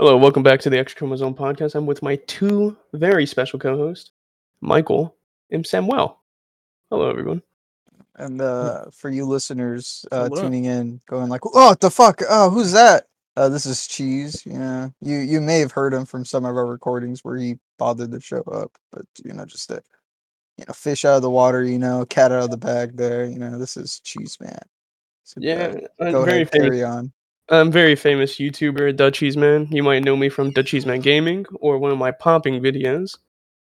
Hello, welcome back to the Extra Chromosome Podcast. I'm with my two very special co-hosts, Michael and Samuel. Hello, everyone. And Hmm. uh, for you listeners uh, Hello. tuning in, going like, "Oh, what the fuck! Oh, who's that?" Uh, this is Cheese. You know, you you may have heard him from some of our recordings where he bothered to show up, but you know, just a you know fish out of the water, you know, cat out of the bag. There, you know, this is Cheese Man. So, Yeah, uh, I'm go very ahead, famous. carry on. I'm very famous YouTuber, Dutchies Man. You might know me from Dutchies Man Gaming or one of my popping videos.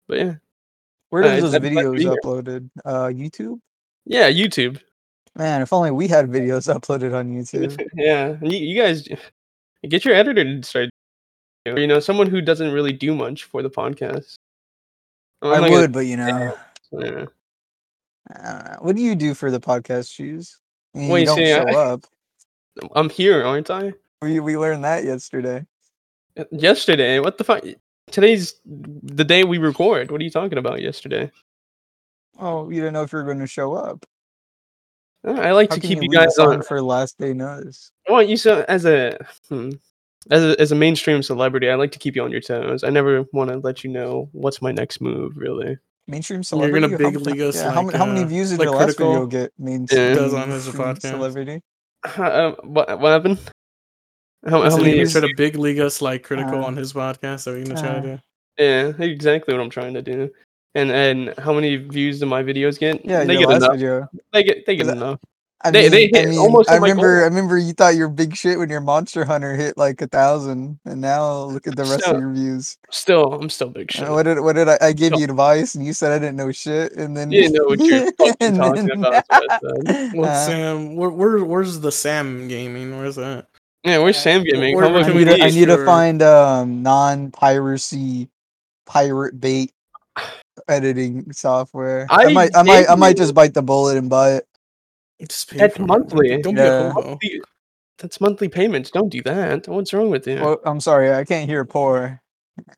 But yeah, Where Uh, are it's those that black videos video. uploaded? Uh, YouTube. yeah, YouTube. Man, if only we had videos uploaded on YouTube. yeah, and you, you guys get your editor to start. You know, someone who doesn't really do much for the podcast. I'm I not would, gonna- but you know, yeah. I don't know. What do you do for the podcast, Cheese? I mean, Well, you you don't see, show I- up. I'm here, aren't I? We we learned that yesterday. Yesterday? What the fuck? Today's the day we record. What are you talking about? Yesterday? Oh, you didn't know if you were going to show up. Uh, I like How to can keep you leave us guys on. for last day notice? Well, you so as a hmm, as a, as a mainstream celebrity, I like to keep you on your toes. I never want to let you know what's my next move, really. Mainstream You're celebrity. gonna how, big mu- league us yeah, how, like, many- how many uh, views did like your last video critical get? Main- Yeah. does on his mainstream podcast. celebrity. Uh, what what happened? How, how How many? many years- try to big league us like critical Uh, on his podcast? Are we gonna try uh, to? Yeah, exactly what I'm trying to do. And and how many views do my videos get? Yeah, they your get last enough. video. They get they get Is that- enough. I They- mean, they I, hit mean, almost I hit my remember. goal. I remember you thought you were big shit when your Monster Hunter hit like a thousand, and now look at the rest So- of your views. Still, I'm still big shit. And Uh, what did what did I, I gave So- you advice, and you said I didn't know shit, and then You didn't know what you're fucking and talking then- about. is what I said. Well, Uh, Sam, where, where where's the Sam gaming? Where's that? Yeah, where's Sam gaming? Or- How much I Can we need, to, I leave need to for- find um, non piracy pirate bait editing software. I, I might I might I might didn't- just bite the bullet and buy it. Just pay That's for it. monthly. Don't Yeah. be a hobo. Monthly- That's monthly payments. Don't do that. What's wrong with you? Oh, Well, I'm sorry, I can't hear poor.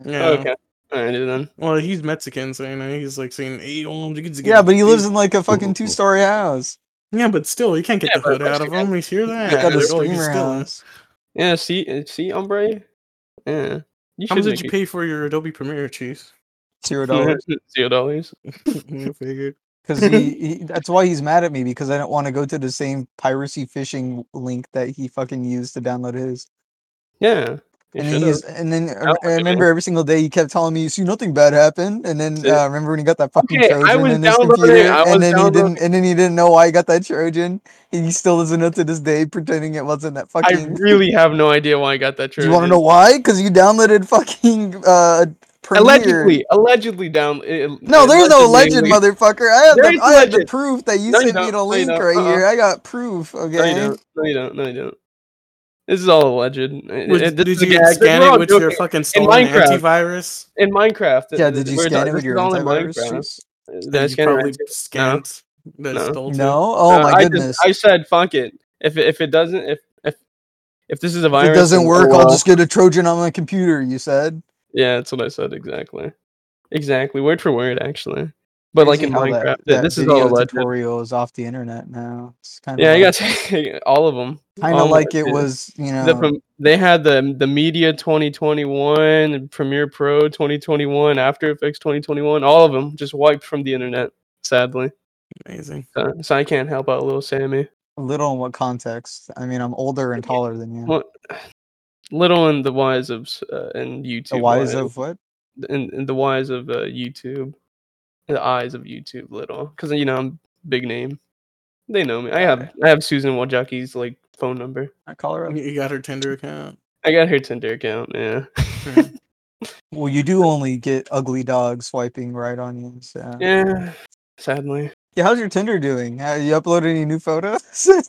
Yeah. okay. All right, then. Well, he's Mexican, so you know he's like saying, "Hey, um, you can just get Yeah, but he beat." lives in like a fucking two story house. Yeah, but still, you can't get Yeah, the hood but out of Mexican- him. He's hear that. Yeah, got a Like, oh, he's streamer still- house. Yeah, see, uh, see, hombre. Yeah, you How should much did make you it- pay for your Adobe Premiere, Chief? Zero dollars. Zero dollars. Yeah, figured. Because he, he, that's why he's mad at me because I don't want to go to the same piracy phishing link that he fucking used to download his. Yeah. you and then should've. he's, and then uh, I- That I would've remember every single day he kept telling me, "See, nothing bad happened." And then See? uh, I remember when he got that fucking Okay, I Trojan was in his downloading- computer, I was and then he didn't, downloading- and then he didn't know why he got that Trojan. He still doesn't know to this day, pretending it wasn't that I fucking. really have no idea why I got that. Do you want to Trojan. know why? Because you downloaded fucking uh, Premiere. Allegedly, allegedly down. it- it- No, there's no legend, allegedly- motherfucker. I have, There the, is I have the legend. proof that you No, you sent me don't. the No, you link don't. right Uh-uh. here. I got proof. Okay. No, you don't. No, you don't. No, you don't. This is all alleged. It- Would- it- Uh, this did is a you gag. scan We're it all with your joking. fucking stolen Minecraft. antivirus? in Minecraft. Yeah, did you we're scan not- it with this your is all in antivirus? Minecraft. Eh, juice? That I you scan it, I probably scan it. scanned. That's No. stolen. No. Oh Uh, my I goodness. Just, I said, fuck it. If it- if it doesn't, if if if this is a If virus, it doesn't then- work, oh, well. I'll just get a Trojan on my computer. You said, Yeah, that's what I said exactly, exactly word for word actually. But like Crazy in how that- Minecraft, that this is video all alleged. tutorial is off the internet now. It's kind of Yeah, I got all of them. kind of like it was, um, you know. The, prom- they had the the media 2021, Premiere Pro 2021, After Effects 2021, all of them just wiped from the internet, sadly. Amazing. So, so I can't help out little Sammy. little in what context? I mean, I'm older and taller than you. Well, Little in the wise of s- uh, and YouTube. the wise. wise of what? in, in the wise of uh, YouTube, the eyes of YouTube, little because you know I'm big name. They know me. I have I have Susan Wojcicki's like phone number. I call her. up. You got her Tinder account. I got her Tinder account. Yeah, Yeah. Well, you do only get ugly dogs swiping right on you. So. Yeah. yeah. Sadly, How's your Tinder doing? Have you uploaded any new photos?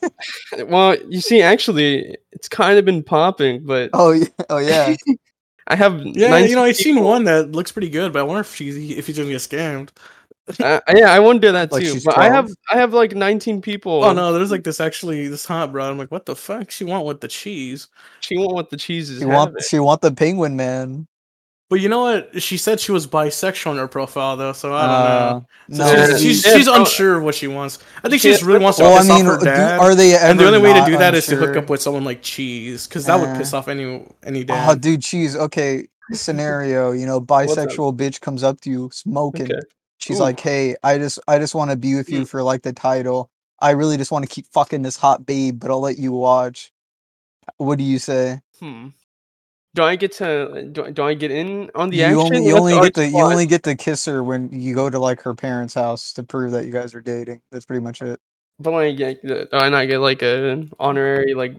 well, you see, actually, it's kind of been popping, but oh yeah. Oh yeah. I have Yeah, you know, 19 I've seen one that looks pretty good, but I wonder if she's if he's gonna get scammed. Uh, yeah, I wonder that Like too. she's But I have 12? I have like 19 people. Oh no, there's like this actually this hot broad. I'm like, what the fuck? She want with the cheese? She won't want the cheeses. She want. She want the penguin man. But you know what? She said she was bisexual in her profile though, so I don't Uh, know. no, So she's, she's, Yeah, she's so- unsure of what she wants. I think she Yeah, just really wants to well, I piss mean, uh, off her do- dad. are they ever and the only way to not do that is to hook unsure? up with someone like Cheese, because that would Uh. piss off any any dad. Oh, dude, cheese. Okay, scenario. You know, up? bisexual bitch comes up to you smoking. Okay. She's Ooh. like, "Hey, I just, I just want to be with you Mm. for like the title. I really just want to keep fucking this hot babe, but I'll let you watch." What do you say? Hmm. Do I get to do, I- do I get in on the you action? only, you That's only our get to, you plot. only get to kiss her when you go to like her parents' house to prove that you guys are dating. That's pretty much it. But like, yeah, do I not get like an honorary like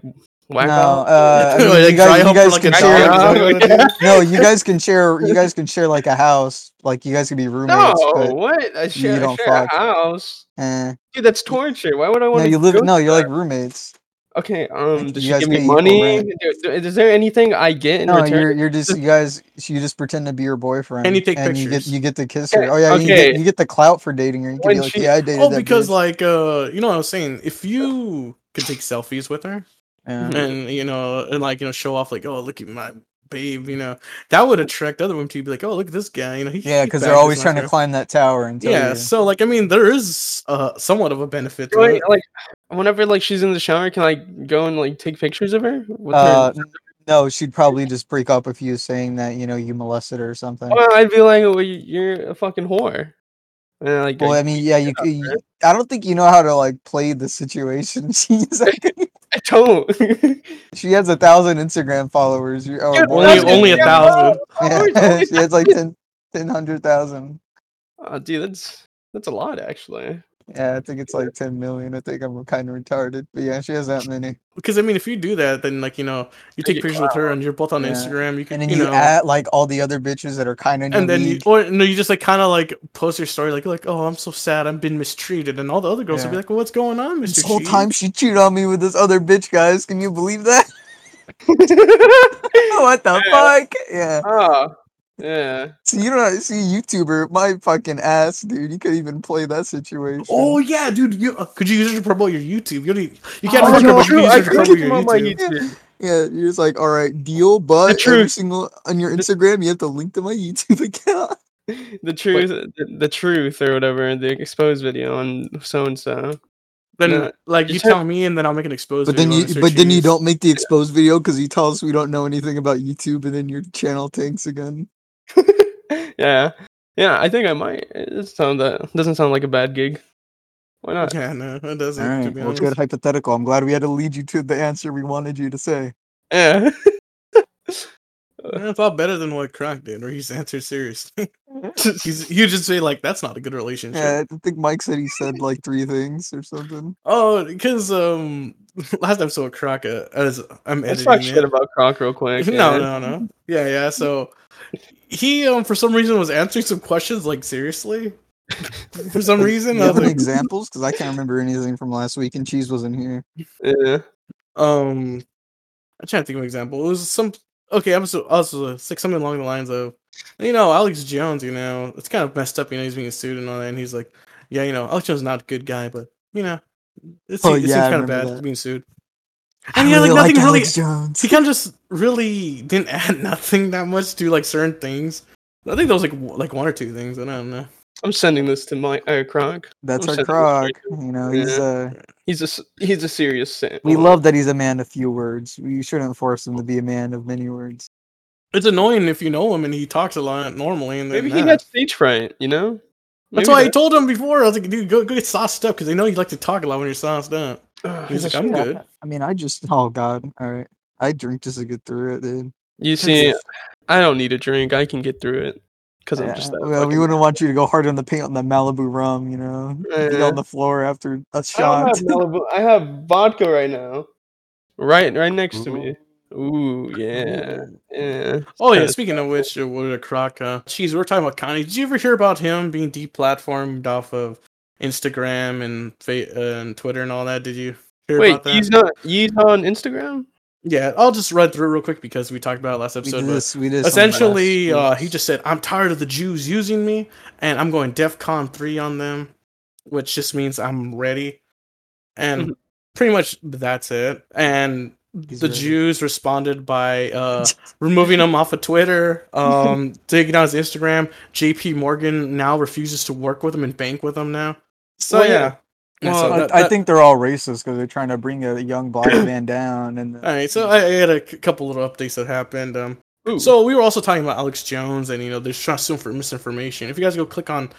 whack no, off? uh, I mean, Like, you dry guys, hump you for guys like can a share. dollar. no, you guys can share. You guys can share like a house. Like you guys can be no, roommates. But, what? I share, don't share a fuck. house, eh. dude. That's torture. Why would I want No, to? you live. Go No, you're like roommates. okay. Um, like, does you she guys give pay me equal money? rent. Do- do- Is there anything I get in No, you're return? you're just you guys. You just pretend to be your boyfriend, And you take you get pictures. you get to kiss Okay, her. Oh yeah, you, okay. get, you get the clout for dating her. You can When be like, she- yeah, I dated Oh, that because bitch. like uh, you know what I was saying. If you could take selfies with her Yeah. Mhm. and you know and like you know show off like oh look at my babe, you know that would attract other women to be like oh look at this guy, you know he Yeah, he because banged they're his always trying to wife." climb that tower and tell Yeah, you. so like I mean there is uh somewhat of a benefit to Do I, it. like, whenever like she's in the shower, can I go and like take pictures of her? With Uh, her? no, she'd probably just break up with you, saying that you know you molested her or something. Well, I'd be like, well, you- you're a fucking whore. And like, Well, I mean, yeah, you. c- you- I don't think you know how to like play the situation. She's like, I don't. she has a thousand Instagram followers. you- or Dude, more Only that's than- only a gonna be thousand. problem. Yeah, she has like ten, ten hundred thousand. Oh, dude, that's that's a lot actually. Yeah, I think it's like ten million. I think I'm kind of retarded, but yeah, she has that many. Because I mean if you do that then like you know you Take take it pictures with her and you're both on Yeah. Instagram, you And can then you you, know add like all the other bitches that are kind of and then you, or no, you just like kind of like post your story, like like, oh, I'm so sad, I'm been mistreated, and all the other girls will be Yeah. like, well, what's going on, Mister? this whole time she cheated on me with this other bitch, guys. Can you believe that? what the Yeah. fuck? Yeah. oh, yeah. See, you don't see YouTuber. My fucking ass, dude. You could even play that situation. Oh yeah, dude, you uh, could you use it to promote your YouTube? You don't even, you can't Oh, hook no, up, but you true, can I use it to could promote get your them on my YouTube. YouTube. Yeah, you're just like, all right, deal, but every truth. single on your Instagram, you have to link to my YouTube account. The truth, the, the truth, or whatever. The exposed video on so and so. Then No. like you Just have- tell me, and then I'll make an exposed. But then video you, on Mr. but then you Cheese. don't make the exposed video because you tell us we don't know anything about YouTube, and then your channel tanks again. Yeah, yeah. I think I might. It sound that doesn't sound like a bad gig. Why not? Yeah, no, it doesn't. All to right, be well, honest. good hypothetical. I'm glad we had to lead you to the answer we wanted you to say. Yeah. Yeah, It's all better than what Croc did, where he's answered seriously. he's you just say like, that's not a good relationship. Yeah, I think Mike said he said like three things or something. Oh, because um, last episode Croc, uh, as I'm Let's editing talk it. shit about Croc real quick. No, yeah. no, no. Yeah, yeah. So he um for some reason was answering some questions like seriously. For some reason, You I have was any like, examples? Because I can't remember anything from last week, and Cheese wasn't here. Yeah. um, I'm trying to think of an example. It was some okay. I'm so also it's like something along the lines of, you know, Alex Jones. You know, it's kind of messed up. You know, he's being sued and all that, and he's like, yeah, you know, Alex Jones is not a good guy, but you know, it's, Oh, it seems yeah, I kind of remember bad that. being sued. I And yeah, like really nothing like really. Alex Jones. he kind of just really didn't add nothing that much to like certain things. I think there was like w- like one or two things, and I don't know. I'm sending this to my uh, Croc. That's I'm our sorry. Croc. You know, he's Yeah. uh He's a s- he's a serious sin. we love that he's a man of few words. We shouldn't force him to be a man of many words. It's annoying if you know him and he talks a lot normally, and then Maybe he that. got stage fright. You know. That's Maybe why I that- told him before. I was like, dude, go, go get sauced up because I know you like to talk a lot when you're sauced up. Ugh, He's that's like, I'm true. good. I mean I just oh god. All right. I drink just to get through it, dude. You see, I don't need a drink. I can get through it because I'm Yeah, just that. well, we fucking- wouldn't want you to go hard on the paint on the Malibu rum, you know. Be Yeah. on the floor after a I don't shot. have Malibu. I have vodka right now. Right, right next to me. Ooh, yeah, yeah. Oh yeah. kinda Speaking of which, uh, what a crock. Uh, geez, we we're talking about Kanye. Did you ever hear about him being deplatformed off of Instagram and fa- uh, and Twitter and all that? Did you hear Wait, about that? he's not. He's on Instagram. Yeah, I'll just run through real quick because we talked about it last We episode. did But this, we did this on the last essentially, week. uh, he just said, "I'm tired of the Jews using me, and I'm going DefCon three on them," which just means I'm ready. And Mhm. pretty much that's it. And He's the ready. Jews responded by uh, removing him off of Twitter, um, taking down his Instagram. J.P. Morgan now refuses to work with him and bank with him now. So Well, yeah, yeah. So Well, I, that- I that- think they're all racist because they're trying to bring a young black man down. And All right, so I, I had a c- couple little updates that happened. Um, Ooh. so we were also talking about Alex Jones, and you know, they're trying to sue him for misinformation. If you guys go click on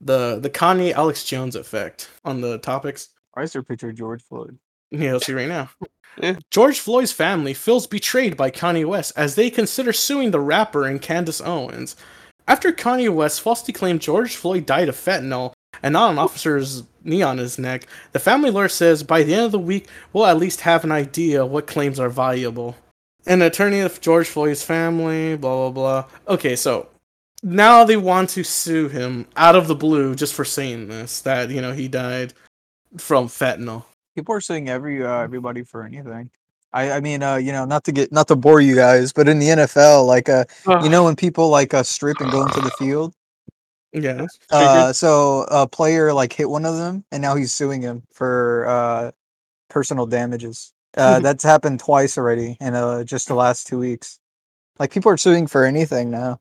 the the Kanye Alex Jones effect on the topics, I used to picture George Floyd. Yeah, let's see right now. Yeah. George Floyd's family feels betrayed by Kanye West as they consider suing the rapper and Candace Owens. After Kanye West falsely claimed George Floyd died of fentanyl and not an officer's knee on his neck, the family lawyer says by the end of the week, we'll at least have an idea what claims are viable. An attorney of George Floyd's family, blah, blah, blah. Okay, so now they want to sue him out of the blue just for saying this that, you know, he died from fentanyl. People are suing every uh, everybody for anything. I, I mean, uh, you know, not to get not to bore you guys, but in the NFL, like uh, Ah, you know, when people like uh, strip and go into the field, Yeah. uh, so a player like hit one of them, and now he's suing him for uh, personal damages. Uh, that's happened twice already in uh, just the last two weeks. Like people are suing for anything now.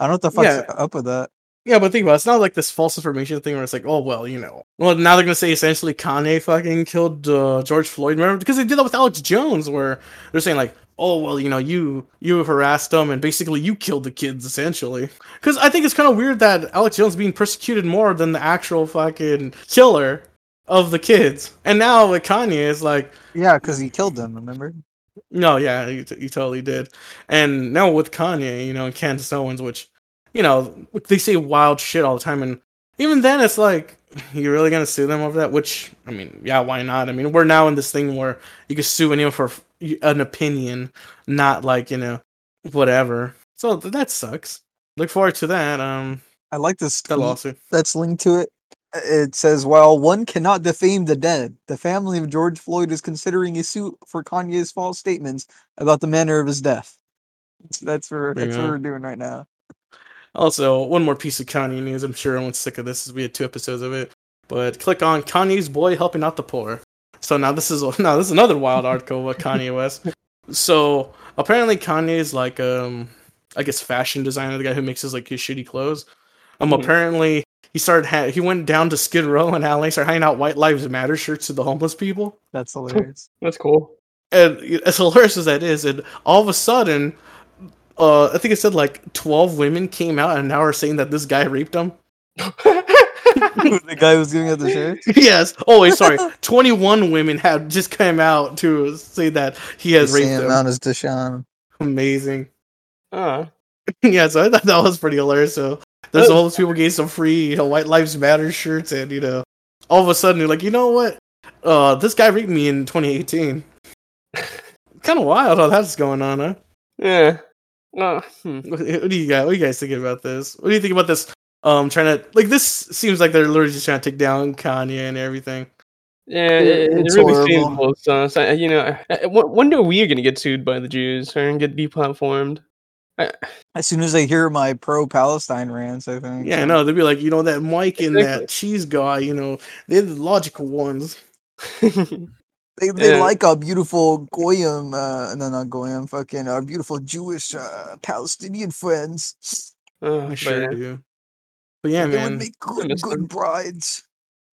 I don't know what the fuck's up with that. Yeah, but think about it. It's not like this false information thing where it's like, oh, well, you know. Well, now they're going to say essentially Kanye fucking killed uh, George Floyd. Remember? Because they did that with Alex Jones where they're saying, like, oh, well, you know, you you harassed him and basically you killed the kids, essentially. Because I think it's kind of weird that Alex Jones being persecuted more than the actual fucking killer of the kids. And now with Kanye, it's like, Yeah, because he killed them. Remember? No, yeah, you, t- you totally did. And now with Kanye, you know, and Candace Owens, which, you know, they say wild shit all the time. And even then, it's like, you're really going to sue them over that? Which, I mean, yeah, why not? I mean, we're now in this thing where you can sue anyone for f- an opinion, not like, you know, whatever. So th- that sucks. Look forward to that. Um, I like this that tweet lawsuit. that's linked to it. Uh, It says, "While one cannot defame the dead, the family of George Floyd is considering a suit for Kanye's false statements about the manner of his death." That's- That's where that's Yeah. what we're doing right now. Also, one more piece of Kanye news. I'm sure everyone's sick of this. as We had two episodes of it, but click on Kanye's boy helping out the poor. So now this is now this is another wild article about Kanye West. So apparently Kanye's like um I guess fashion designer, the guy who makes his like his shitty clothes. Um, Mhm. apparently he started ha- he went down to Skid Row and LA, started handing out White Lives Matter shirts to the homeless people That's hilarious. That's cool. and as hilarious as that is, and all of a sudden, uh, I think it said like twelve women came out and now are saying that this guy raped them. the guy who's giving out the shirts. yes. Oh, wait, sorry. Twenty-one women have just come out to say that he The has raped same them. amount as Deshaun. Amazing. Ah, yeah, so I thought that was pretty hilarious. So there's That- all those people getting some free, you know, White Lives Matter shirts, and you know, all of a sudden you're like, you know what? Uh, this guy raped me in 2018. kind of wild how that's going on, huh? yeah. Ah, hmm. What what do you guys? What do you guys think about this? What do you think about this? Um, trying to like this seems like they're literally just trying to take down Kanye and everything. Yeah, it, it it's really seems horrible. close to us. I, you know, uh, I, I wonder if we are gonna get sued by the Jews or get deplatformed. As soon as they hear my pro Palestine rants, I think. Yeah, I know they'd be like, you know, that Mike and Exactly. that cheese guy, you know, they're the logical ones. They, they Yeah. like our beautiful Goyim, uh, no, not Goyim, fucking our beautiful Jewish uh, Palestinian friends. Oh, I but sure yeah. do. But yeah, they man. would make good, miss them. good brides.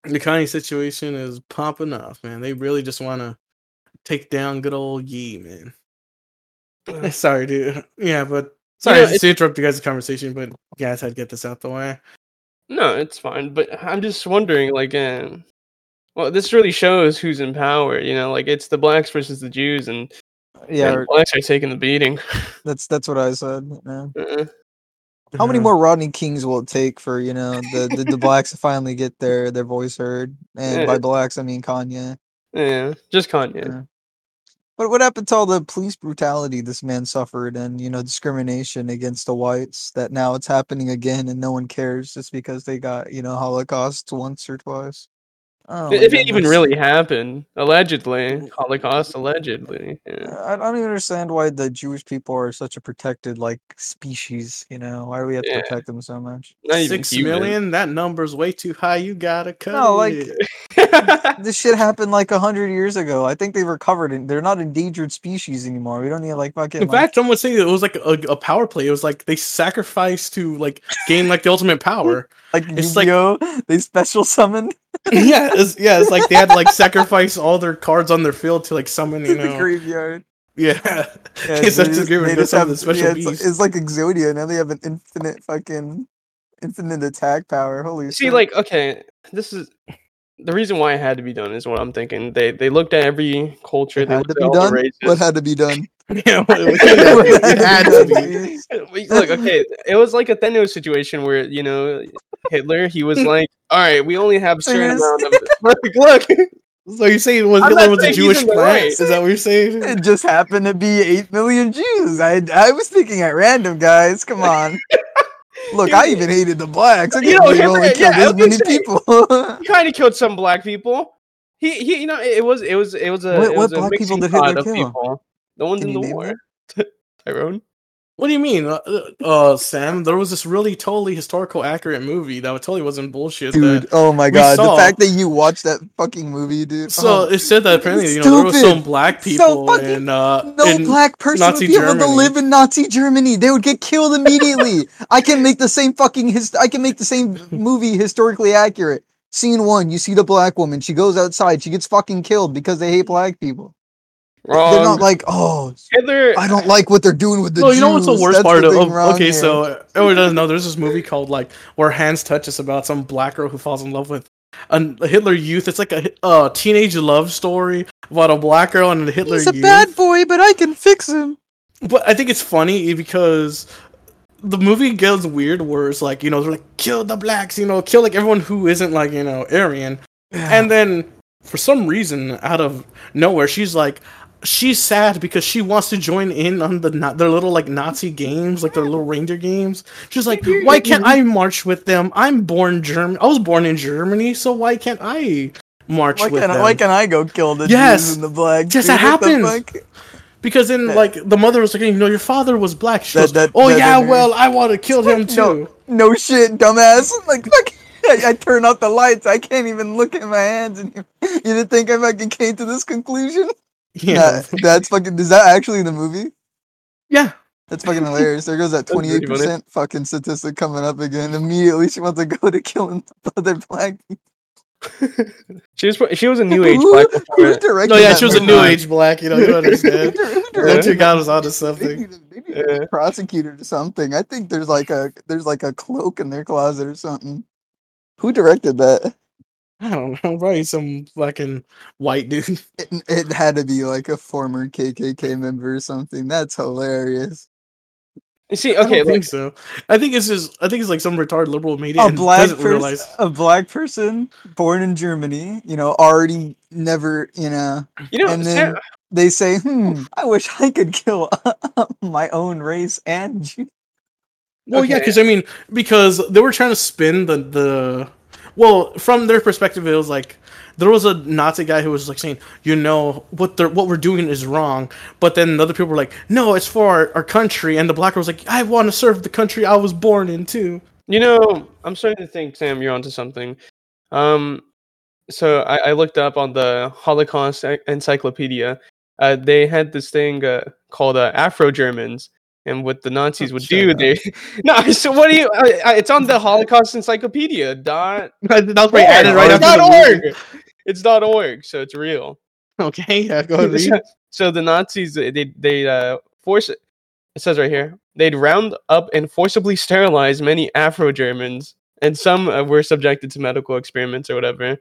the Kanye situation is popping off, man. They really just want to take down good old Yee, man. Ugh. sorry, dude. Yeah, but sorry know, to interrupt you guys' conversation, but guys, I'd get this out the way. No, it's fine. But I'm just wondering, like, uh, well, this really shows who's in power. You know, like it's the blacks versus the Jews, and, Yeah, and the blacks are taking the beating. that's that's what I said. you know. Uh, How many more Rodney Kings will it take for you know the the, the blacks to finally get their their voice heard? And by Yeah. blacks, I mean Kanye. yeah, just Kanye. But what happened to all the police brutality this man suffered, and you know discrimination against the whites? That now it's happening again, and no one cares just because they got you know Holocaust once or twice. Oh, my if it even goodness. really happened, allegedly, Holocaust, allegedly. Yeah. I I don't even understand why the Jewish people are such a protected like species. You know, why do we have to Yeah. protect them so much? Not even Six human. million? That number's way too high. You gotta cut No, like- it. this shit happened like a hundred years ago. I think they recovered it. They're not endangered species anymore. We don't need like fucking. In like- fact, someone was saying it was like a, a power play. It was like they sacrificed to like gain like the ultimate power. like it's like- Yu-Gi-Oh, they special summoned yeah, it's, yeah. It's like they had to like sacrifice all their cards on their field to like summon. to You the know, graveyard. yeah. Yeah, Yes, they that's just- agreeable. they just That's how the have- special yeah, it's, like- beast- it's like Exodia. Now they have an infinite fucking infinite attack power. Holy See, shit. like, okay, this is the reason why it had to be done is what I'm thinking. They they looked at every culture, It they had looked at to be all done. the What races. had to be done? yeah, What it had to done, be. dude? We- Look, okay, it was like a Thanos situation where you know Hitler, he was like, "All right, we only have a certain Serious? amount of look, look." So you're saying it was I'm Hitler not was a saying he's Jewish in the plant? right. Is that what you're saying? It just happened to be eight million Jews. I I was thinking at random, guys. Come on. Look, I even hated the blacks. I You can't know, believe it Hitler- only yeah, killed I this was many gonna say- people. He kind of killed some black people. He he, you know, it, it was it was it was a What- it what was a black people mixing did Hitler pot of kill? people. The ones Can in you the name war. them? Tyrone. What do you mean, uh, uh, Sam? There was this really totally historical accurate movie that totally wasn't bullshit. that- Dude, oh my we god. The saw- fact that you watched that fucking movie, dude. so oh. it said that apparently you know there was Stupid. some black So people fucking- and uh no in- black person Nazi would be able to Germany. live in Nazi Germany. They would get killed immediately. I can make the same fucking his- I can make the same movie historically accurate. Scene one, you see the black woman. She goes outside. She gets fucking killed because they hate black people. They're Wrong. not like, oh, Hitler. I don't like what they're doing with the. no, you know what's the Jews. worst That's part of? thing of- wrong okay, here. so oh, everyone doesn't know. There's this movie called like where Hands Touch is about some black girl who falls in love with an, a Hitler youth. It's like a hi- uh, teenage love story about a black girl and a Hitler he's a youth. bad boy, but I can fix him. But I think it's funny because the movie goes weird where it's like, you know, they're like, kill the blacks, you know, kill like everyone who isn't like, you know, Aryan. And then for some reason, out of nowhere, she's like, she's sad because she wants to join in on the na- their little like Nazi games, like their little reindeer games. She's like, why can't I march with them? I'm born German. I was born in Germany, so why can't I march why with can, them? I, why can I go kill the Yes. Jews and the blacks? Yes, dude? it What the happens. fuck? Because then, That- like, the mother was like, you know, your father was black. She That- goes, that- oh, that- yeah, that- well, I want to kill him too. No. Uh, No shit, dumbass. Like, fuck. I, I turn off the lights. I can't even look at my hands. And you, you didn't think I fucking came to this conclusion? Yeah. Nah, that's fucking. Is that actually in the movie? Yeah. That's fucking hilarious. There goes that That's pretty funny. twenty-eight percent fucking statistic coming up again. Immediately, she wants to go to killing other black people. She was pro- she was a new age Who, black who before. directed No, yeah, that she was a movie? new age black, you know, you understand. Who dir- who That directed two guys was that onto movie? They something. need a- they need a Yeah. Prosecutor or something. I think there's like a there's like a cloak in their closet or something. Who directed that? I don't know, probably some fucking white dude. It, it had to be like a former KKK member or something. That's hilarious. You See, I okay, don't like, think so. I think it's just, I think it's like some retarded liberal media. a and black doesn't person, realize. a black person born in Germany, you know, already never, you know, you know, and Sam- then they say, "Hmm, I wish I could kill my own race and Jew." Well, yeah, Okay. because I mean, because they were trying to spin the the. Well, from their perspective, it was like there was a Nazi guy who was like saying, you know, what they're what we're doing is wrong. But then the other people were like, no, it's for our, our country. And the black guy was like, I want to serve the country I was born in too. You know, I'm starting to think, Sam, you're onto something. Um, so I, I looked up on the Holocaust en- Encyclopedia. Uh, they had this thing uh, called uh, Afro Germans, and what the Nazis would Shut do, up. they no. So what do you? I, I, it's on the Holocaust Encyclopedia dot that was probably added right It's after dot the movie. org. It's dot org, so it's real. Okay, yeah, go ahead. read. so the Nazis they they- they uh, force it says right here they'd round up and forcibly sterilize many Afro Germans and some uh, were subjected to medical experiments or whatever. And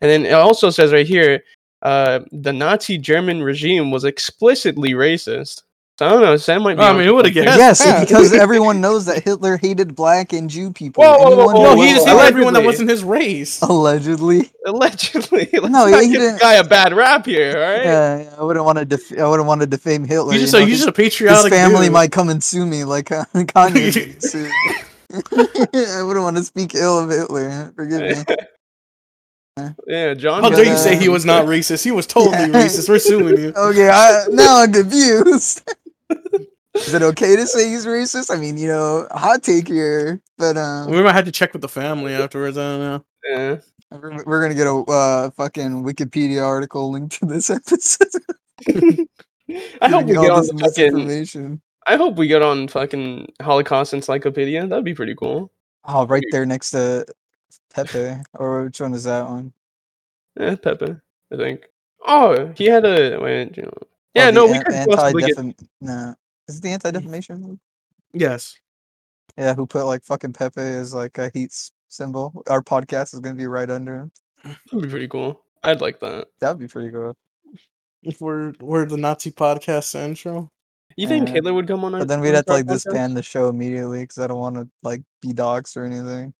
then it also says right here uh, the Nazi German regime was explicitly racist. So I don't know. Sam might be. I onto mean, it would have something. guessed. Yes, yeah. because everyone knows that Hitler hated black and Jew people. Whoa, whoa, whoa, Anyone who whoa, was No, he well, just hated black- everyone that allegedly. wasn't his race. allegedly. allegedly. Let's No, not yeah, he give the didn't- guy a bad rap here. All right. Yeah, yeah, I wouldn't want to. Def- I wouldn't want to defame Hitler. You just, you so know, you Oh, his- just a his patriotic family dude. might come and sue me like uh, Kanye. did sue- I wouldn't want to speak ill of Hitler. Forgive me. yeah, John. How dare you But, say he um, was not racist? He was totally Yeah. racist. We're suing you. Okay, I, now I'm confused. Is it okay to say he's racist? I mean, you know, hot take here, but um, We might have to check with the family afterwards. I don't know. Yeah. We're, we're gonna get a uh, fucking Wikipedia article linked to this episode. I hope we Giving all get on "Oh, this the fucking. misinformation. I hope we get on fucking Holocaust Encyclopedia. That'd be pretty cool. Oh, right there next to Pepe. Or which one is that one? Eh, Pepe, I think. Oh, he had a wait. You know. Yeah, Oh, no, the we an- could possibly get. anti-defam- No, is it the anti-defamation? League? Yes. Yeah, who put like fucking Pepe as like a heat s- symbol? Our podcast is gonna be right under him. That'd be pretty cool. I'd like that. That'd be pretty good. If we're we're the Nazi podcast intro. You think Yeah. Hitler would come on our? But then we'd on have to our like podcast? disband the show immediately because I don't want to like be doxxed or anything.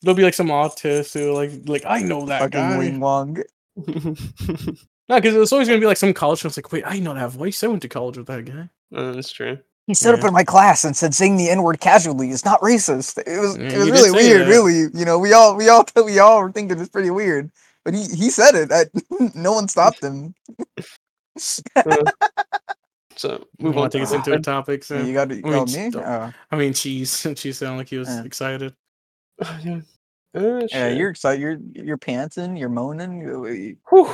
There'll be like some autist who like like I know that guy. Fucking Wing Wong. No, because it's always gonna be like some college student's like, wait, I know that voice. I went to college with that guy. Uh, that's true. He stood up Yeah. in my class and said, "Saying the N word casually is not racist." It was Yeah, it he was Mm, did really say weird, that. really. You know, we all we all we all were thinking it's pretty weird, but he he said it. I, no one stopped him. So We move on. want to take us into a topic. So you got to mean, call me. don't- Oh. I mean, cheese. cheese sounded like he was Yeah. excited. Oh, yeah. Uh, Yeah, shit. you're excited. You're you're panting. You're moaning. you- you- Whew.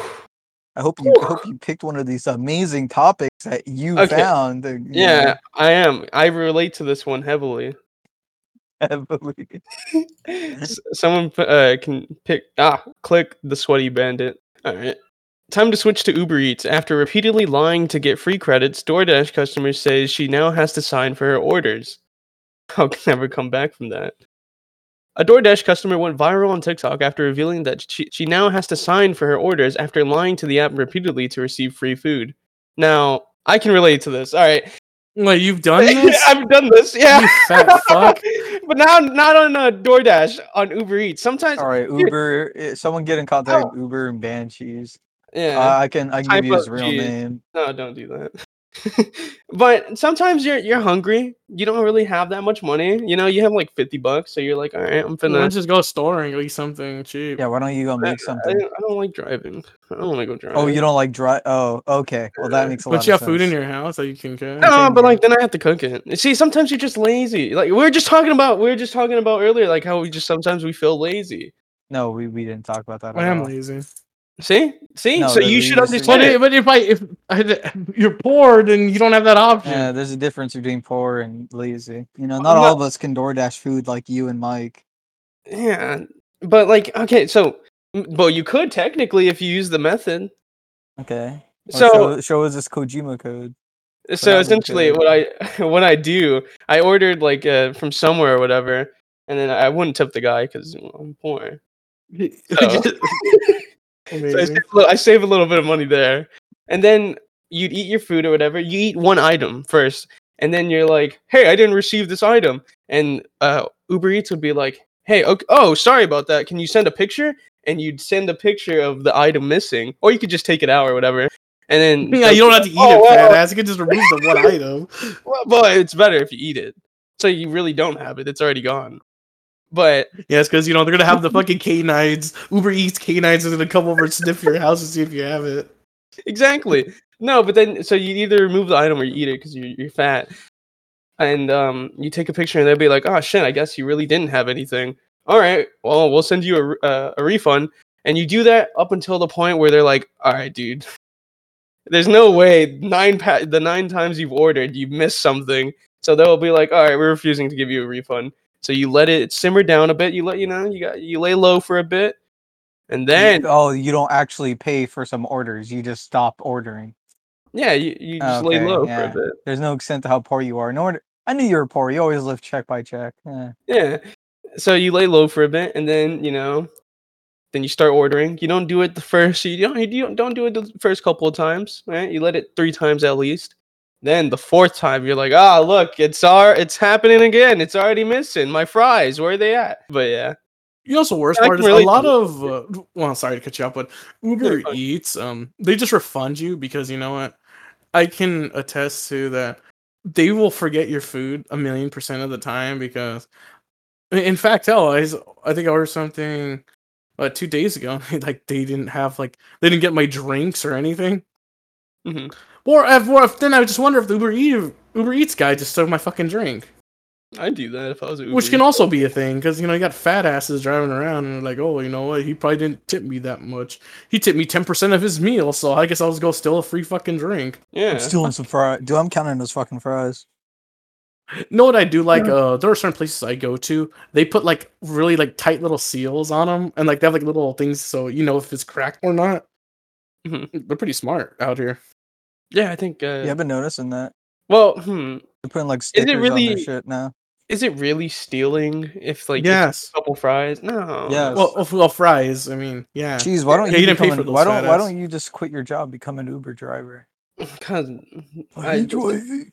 I hope you Whew. hope you picked one of these amazing topics that you Okay. found. uh, you know, Yeah, I am. I relate to this one heavily. heavily. S- Someone p- uh, can pick ah click the sweaty bandit. All right. Time to switch to Uber Eats. After repeatedly lying to get free credits, DoorDash customer says she now has to sign for her orders. I'll never come back from that. A DoorDash customer went viral on TikTok after revealing that she, she now has to sign for her orders after lying to the app repeatedly to receive free food. Now, I can relate to this. All right. Like you've done this. I've done this. Yeah. You fat fuck. but now, not on uh, DoorDash, on Uber Eats. Sometimes, All right, Uber. eh, Someone get in contact with Uber and Banshees. Oh. yeah. Uh, I can I can Type give you his up real G's. name. no, don't do that. but sometimes you're you're hungry. You don't really have that much money. You know, you have like fifty bucks, so you're like, all right, I'm Let's finna. just go storing at least something cheap. Yeah, why don't you go make I, I something? don't like driving. I don't want to go drive. Mm-hmm. Oh, you don't like dry? Oh, okay. Well, that Uh, makes a lot. But you of have food in sense. your house that you can cook. No, saying but you- like then I have to cook it. See, sometimes you're just lazy. Like we were just talking about, we were just talking about earlier, like how we just sometimes we feel lazy. No, we, we didn't talk about that. I at am all. lazy. See, see. No, so no, you you should were understand. But, It. i- but if I if I had- you're poor, then you don't have that option. Yeah, there's a difference between poor and lazy. You know, I'm not all not- of us can DoorDash food like you and Mike. Yeah, but like okay, so m- well you could technically if you use the method. Okay. Well, So show, show us this Kojima code. so that would essentially be- what i what i do i ordered like uh, from somewhere or whatever and then i wouldn't tip the guy because i'm poor So- so I, Amazing. save a little, I save a little bit of money there and then you'd eat your food or whatever you eat one item first and then you're like hey i didn't receive this item and uh, uber eats would be like hey okay, oh sorry about that can you send a picture and you'd send a picture of the item missing or you could just take it out or whatever and then Yeah, you don't have to eat Oh, it, fat wow. ass. You can just remove the one item. Well, but it's better if you eat it. So you really don't have it. It's already gone. But Yes, because you know they're gonna have the fucking canines. Uber Eats canines is gonna come over and sniff your house and see if you have it. exactly. No, but then so you either remove the item or you eat it because you're, you're fat. And um, you take a picture and they'll be like, oh shit, I guess you really didn't have anything. All right, well, we'll send you a, re- uh, a refund. And you do that up until the point where they're like, all right, dude, there's no way nine pa- the nine times you've ordered, you missed something. So they'll be like, all right, we're refusing to give you a refund. So you let it simmer down a bit. You let you know you got you lay low for a bit, and You- then oh, you don't actually pay for some orders. You just stop ordering. Yeah, you, you just lay Okay, low yeah. for a bit. There's no extent to how poor you are. No order. I knew you were poor. You always live check by check. Eh. Yeah. So you lay low for a bit and then, you know, then you start ordering. You don't do it the first you don't you don't, don't do it the first couple of times, right? You let it 3 times at least. Then the fourth time you're like, "Ah, look, it's our it's happening again. It's already missing. My fries, where are they at?" But yeah. You know, what's the worst I part can is a relate lot to of. Uh, well, sorry to cut you off, but Uber you're fine. Eats, um, they just refund you because you know what? I can attest to that. They will forget your food a million percent of the time because, in- in fact, hell, I, s- I think I ordered something uh, two days ago. like they didn't have like they didn't get my drinks or anything. Mhm. Or if, or if then I would just wonder if the Uber Eats Uber Eats guy just took my fucking drink. I'd do that if I was. An which can also be a thing because you know you got fat asses driving around and they're like, oh, you know what? He probably didn't tip me that much. He tipped me ten percent of his meal, so I guess I'll just go steal a free fucking drink. yeah. I'm stealing some fries. Dude, I'm counting those fucking fries. Know what I do? Like, uh, there are certain places I go to. They put like really like tight little seals on them, and like they have like little things so you know if it's cracked or not. Mhm. They're pretty smart out here. yeah, I think. Uh, Yeah, I've been noticing that. Well, hmm, They're putting like stickers on really- their shit now. is it really stealing if like it's yes. a couple fries? No. Yes. Well, oh, well, fries. I mean, yeah. Jeez, why don't Yeah, you, you didn't pay become for an- those why don't fat why ass. don't you just quit your job, become an Uber driver? 'Cause I- driving.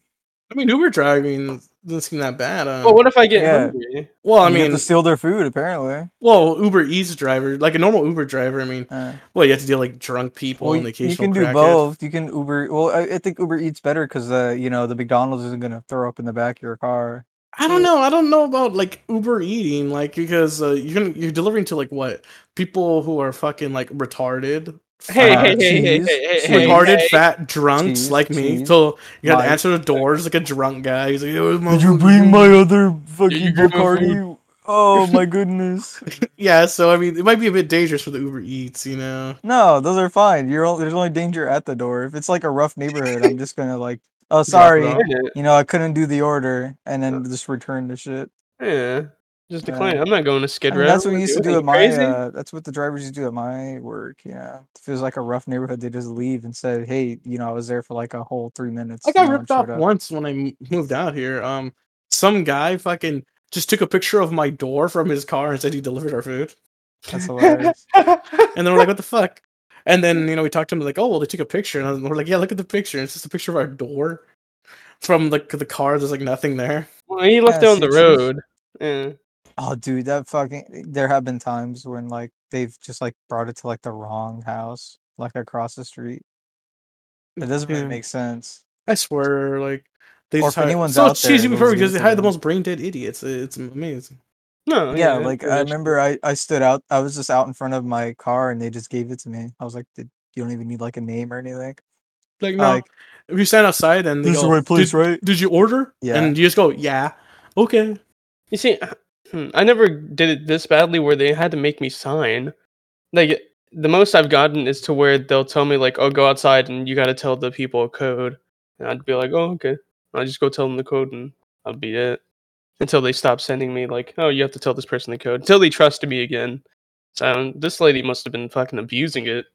I mean, Uber driving doesn't seem that bad. Um, Well, what if I get Yeah. hungry? well, I you have mean, to steal their food apparently. well, Uber Eats driver, like a normal Uber driver. I mean, Uh, well, you have to deal like drunk people well, and you- the you can occasional do crackhead. both. You can Uber. Well, I, I think Uber Eats better because uh, you know the McDonald's isn't gonna throw up in the back of your car. I don't know. I don't know about like Uber eating, like because uh, you're gonna, you're delivering to like what people who are fucking like retarded. Hey, Uh, hey, hey, hey, cheese, hey, hey, hey, retarded, hey. fat drunks Cheese, like me. cheese. So you gotta Mike. answer the doors like a drunk guy. He's like, "Yo, where's my Did you fucking bring food?" my other you fucking bring my Bacardi? Oh my goodness! Yeah, so I mean, it might be a bit dangerous for the Uber Eats, you know. No, those are fine. You're all, there's only danger at the door. If it's like a rough neighborhood, I'm just gonna like, oh Drop it sorry, off. you know I couldn't do the order, and then just return the shit. Yeah. Just Yeah. decline. I'm not going to Skid I mean, Row. that's what we Are used you- to do are at you my. crazy? Uh, that's what the drivers used to do at my work. Yeah, if it was like a rough neighborhood, they just leave and said, "Hey, you know, I was there for like a whole three minutes." I got no one ripped off showed up." once when I m- moved out here. Um, some guy fucking just took a picture of my door from his car and said he delivered our food. That's hilarious. uh, And then we're like, what the fuck? And then you know we talked to him like, oh well, they took a picture, and I was- we're like, yeah, look at the picture. It's just a picture of our door from like the car. There's like nothing there. Well, he left Yeah, down the see, road. Yeah. oh, dude, that fucking. There have been times when like they've just like brought it to like the wrong house, like across the street. It doesn't really Yeah. make sense. I swear, like they Or just if hire- anyone's so out there, cheesy who's before because they gonna hire the do it? most brain dead idiots. It's amazing. No. Oh, yeah, like that's I it. remember I, I stood out I was just out in front of my car and they just gave it to me. I was like, "Did- you don't even need like a name or anything. Like no, Like if you stand outside and they go, "Did- right? Did you order? Yeah. And you just go, yeah. Okay. You see, hmm, I never did it this badly where they had to make me sign. Like the most I've gotten is to where they'll tell me like, "Oh, go outside and you got to tell the people a code," and I'd be like, "Oh, okay." I just go tell them the code and I'll be it until they stop sending me like, "Oh, you have to tell this person the code," until they trusted me again. So um, this lady must have been fucking abusing it.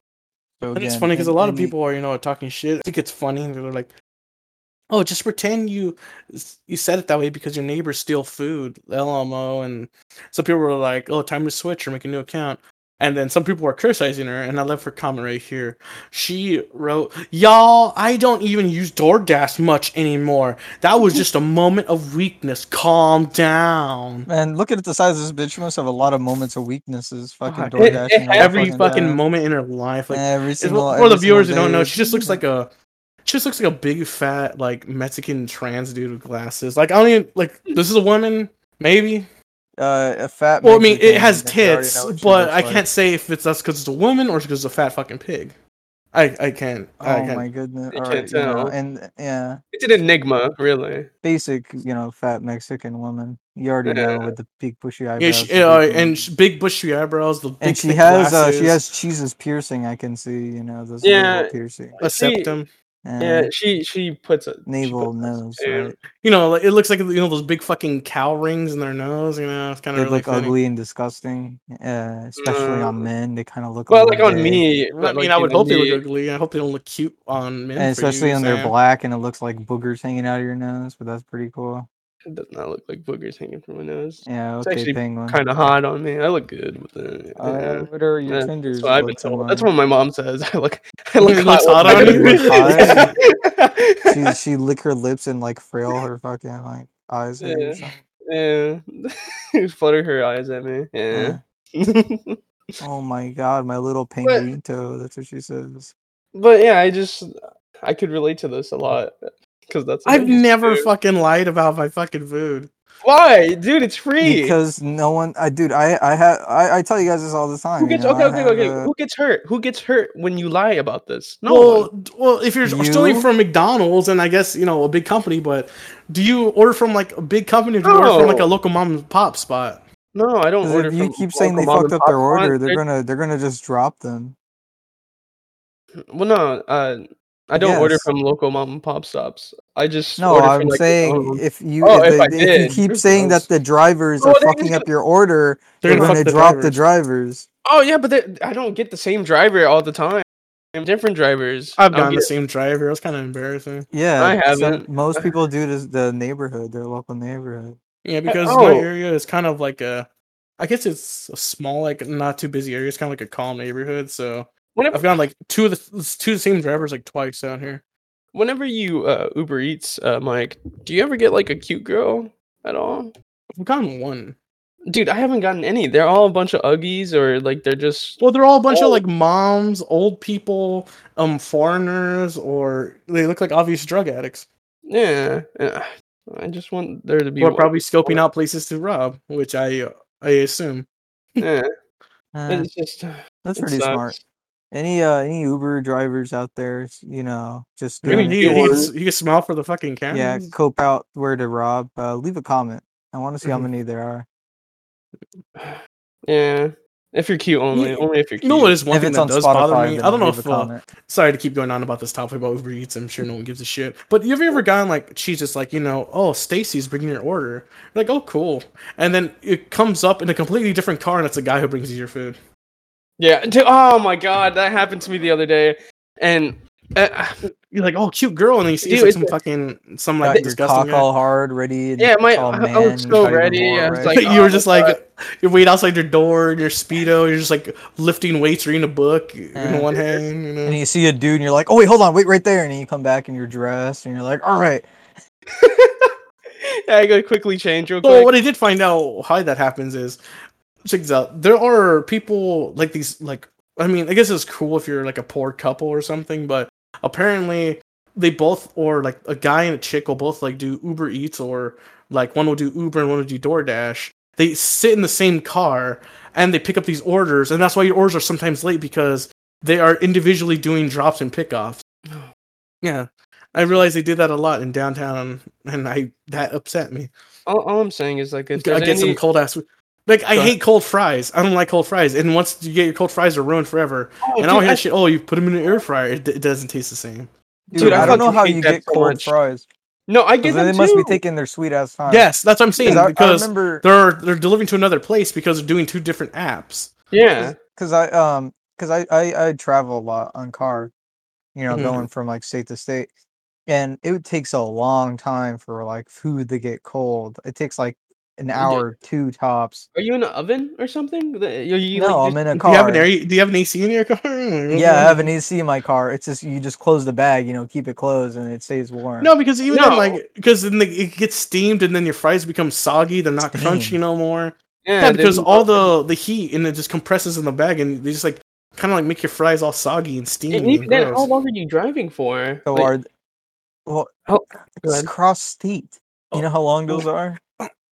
So And it's again, funny because a in- lot of in the- people are, you know, talking shit. I think it's funny. and They're like, oh, just pretend you you said it that way because your neighbors steal food, LMO. And some people were like, oh, time to switch or make a new account. And then some people were criticizing her, and I left her comment right here. She wrote, Y'all, I don't even use DoorDash much anymore. That was just a moment of weakness. Calm down. Man, looking at the size of this bitch, she must have a lot of moments of weaknesses. Fucking Fuck. DoorDash. It- it and all Every fucking that. moment in her life, like every It's single. for the every single viewers who don't know, day. she just looks like a she just looks like a big fat like Mexican trans dude with glasses. Like I don't even like this is a woman maybe. uh, a fat. Well, I mean Mexican it has woman. You already know tits, what she but looks I like. can't say if it's that's because it's a woman or because it's a fat fucking pig. I I can't. I Oh can't. my goodness! You All can't right, you know, tell. and yeah, It's an enigma, really. basic, you know, fat Mexican woman. You already know with the big bushy eyebrows. yeah, she, the uh, big and nose. she, big bushy eyebrows. The big and she thick has uh, glasses, she has cheese's piercing. I can see, you know, this yeah. Yeah. piercing. a See, septum. Yeah, Yeah. she she puts a she Navel puts a- nose. yeah. Right? You know, like, it looks like you know those big fucking cow rings in their nose. You know, it's kind They of really look funny. ugly and disgusting, uh, especially on Mm. men. They kind of look. a Well, like on little gay. me, I but, like, mean, I you would know, hope they me- look ugly. I hope they don't look cute on men. and for you, especially when they're Sam. black and it looks like boogers hanging out of your nose, but that's pretty cool. It does not look like boogers hanging from my nose. Yeah, It's okay, actually penguin. Kind of hot on me. I look good with it. Uh, yeah. what are your Yeah, fingers? So I've been look told. like? That's what my mom says. I look. I You look look hot. hot with my on you? nose. she she lick her lips and like frail her fucking like eyes. Yeah. Yeah. Yeah. yeah. Flutter her eyes at me. Yeah. Uh-huh. Oh my god, my little penguin toe. That's what she says. but yeah, I just I could relate to this a lot because that's what I I've used to never do. fucking lied about my fucking food. Why, dude? It's free. because no one. I dude, I I had I, I tell you guys this all the time. Who you gets know, okay, I okay, have, okay? uh, Who gets hurt? Who gets hurt when you lie about this? No. well, one. d- well, if you're stealing You? from McDonald's and I guess you know a big company, but do you order from like a big company or do you order from like No. a local mom and pop spot? no, I don't Because order. if you from keep saying local they mom fucked and up their pop order, joints, they're gonna they're gonna just drop them. Well, no, uh, I don't order Yes. from local mom and pop stops. I just No, order I'm from, like, saying um, if you Oh, if, if I they- if did, you keep who saying knows? that the drivers Oh, they're are just fucking gonna- up your order, They're they're gonna gonna fuck the drop the drivers. drivers. oh yeah, but they- I don't get the same driver all the time. Different drivers. I've I'll gotten the get- same driver. It's kind of embarrassing. Yeah, I some- haven't. most people do to the neighborhood, their local neighborhood. Yeah, because my oh. area is kind of like a, I guess it's a small, like not too busy area. It's kind of like a calm neighborhood. So Whenever I've gotten like two of the two of the same drivers like twice down here. whenever you uh, Uber Eats, uh, Mike, do you ever get like a cute girl at all? I've gotten one. Dude, I haven't gotten any. They're all a bunch of uggies, or like they're just. Well, they're all a bunch Oh. of like moms, old people, um, foreigners, or they look like obvious drug addicts. Yeah, yeah. I just want there to be. Who are one- probably scoping out places to rob, which I uh, I assume. Yeah, Eh, it's just. that's it pretty sucks. smart. Any uh any Uber drivers out there, s- you know, just Maybe Mm. doing You, Yeah. you, it you, for- can s- you can smile for the fucking cameras. yeah, cope out where to rob. Uh, leave a comment. I want to see how Mhm. many there are. Yeah, if you're cute only, You- only if you're You cute. know what is one if thing it's that on does Spotify, bother me? then I don't know leave if a uh, comment. sorry to keep going on about this topic about Uber Eats. I'm sure no one gives a shit. But have you ever gotten like she's just like you know, oh Stacy's bringing your order. You're like oh cool, and then it comes up in a completely different car, and it's a guy who brings you your food. Yeah. dude, oh my god, that happened to me the other day, and uh, You're like oh cute girl, and then you see Dude, it's like it's some a- fucking some Got like your cock disgusting. all hard, ready. and Yeah, my- all I- I was man, so you got even ready, more I was ready. like- you were oh, just like you wait outside your door in your speedo. You're just like lifting weights, reading a book in Yeah. one hand. You know. and you see a dude and you're like, oh wait, hold on, wait right there. And then you come back and you're dressed and you're like, all right. I gotta quickly change real quick. So what I did find out how that happens is check this out. There are people like these like I mean, I guess it's cool if you're like a poor couple or something, but apparently they both or like a guy and a chick will both like do Uber Eats or like one will do Uber and one will do DoorDash. They sit in the same car and they pick up these orders, and that's why your orders are sometimes late because they are individually doing drops and pickoffs. Oh. Yeah. I realized they did that a lot in downtown and I that upset me. all, all I'm saying is like if I there's get some any, cold ass. Like I Go ahead. hate cold fries. I don't like cold fries. And once you get your cold fries, they're ruined forever. Oh, and dude, I don't hear I- shit. Oh, you put them in an air fryer. It, d- it doesn't taste the same. Dude, Dude, I I, don't know fucking how hate you that get so cold much. fries. no, I get Because they them must be too. taking their sweet ass time. Yes, that's what I'm saying. Because I, I because remember they're they're delivering to another place because they're doing two different apps. yeah, because I um because I, I I travel a lot on car, you know, Mhm. going from like state to state, and it would takes a long time for like food to get cold. It takes like an hour, two tops. are you in an oven or something? The- You, you, no, like, I'm in a Do you have car. an air, Do you have an AC in your car? yeah, I have an AC in my car. It's just you just close the bag, you know, keep it closed, and it stays warm. No, because even No. then, like because then they, it gets steamed and then your fries become soggy. They're not crunchy Steamed. no more. yeah, Yeah, they because move all up- the the heat and it just compresses in the bag and they just like kind of like make your fries all soggy and steamy. And even and then, oh gross. how long are you driving for? So Like, are th- well, Oh, go it's ahead. cross state. Oh. You know how long those are?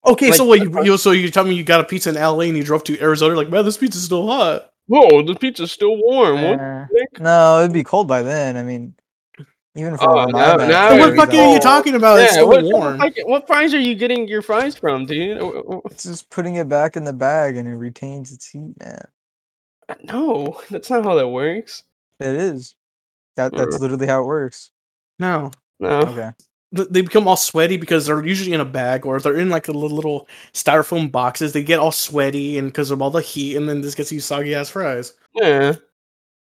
Okay, Like, so what the you, you so you tell me you got a pizza in LA and you drove to Arizona like, man, this pizza's still hot. whoa, the pizza's still warm. What? Uh, the heck? no, it'd be cold by then. I mean, even for Oh, where I'm now- at, now it's Oh, what it's already fucking cold. are you cold. talking about? Oh, it's yeah, still what, warm. What, what fries are you getting your fries from, dude? Oh, oh, oh, It's just putting it back in the bag and it retains its heat, man. No, that's not how that works. It is. That that's literally how it works. no, No. Oh. Okay. Th- they become all sweaty because they're usually in a bag or if they're in like the little, little styrofoam boxes. They get all sweaty and because of all the heat, and then this gets you soggy ass fries. Yeah.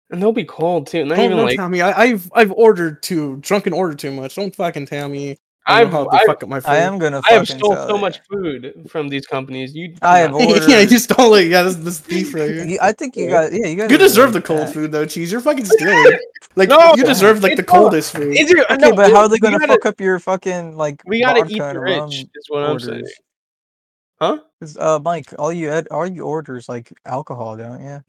And they'll be cold too. Not Don't even know, like Tommy. I, I've I've ordered too drunken, ordered too much. Don't fucking tell me. I I've don't know how they I've- fuck up my food. I am gonna. I have fucking stole tell so ya. much food from these companies. You I have cannot- ordered. yeah, you stole it. Yeah, this this thief right here. You- I think you Yeah. got. Yeah, you got. You deserve the cold food though, cheese. You're fucking stealing. Like No, you deserve like the it's not. coldest food. Is it- Okay, no, but how are they we gonna gotta- fuck up your fucking like? We gotta vodka eat and the rum rich. Is what I'm saying. orders? Huh? 'Cause, Uh, Mike, all you ed- all you orders like alcohol, don't you?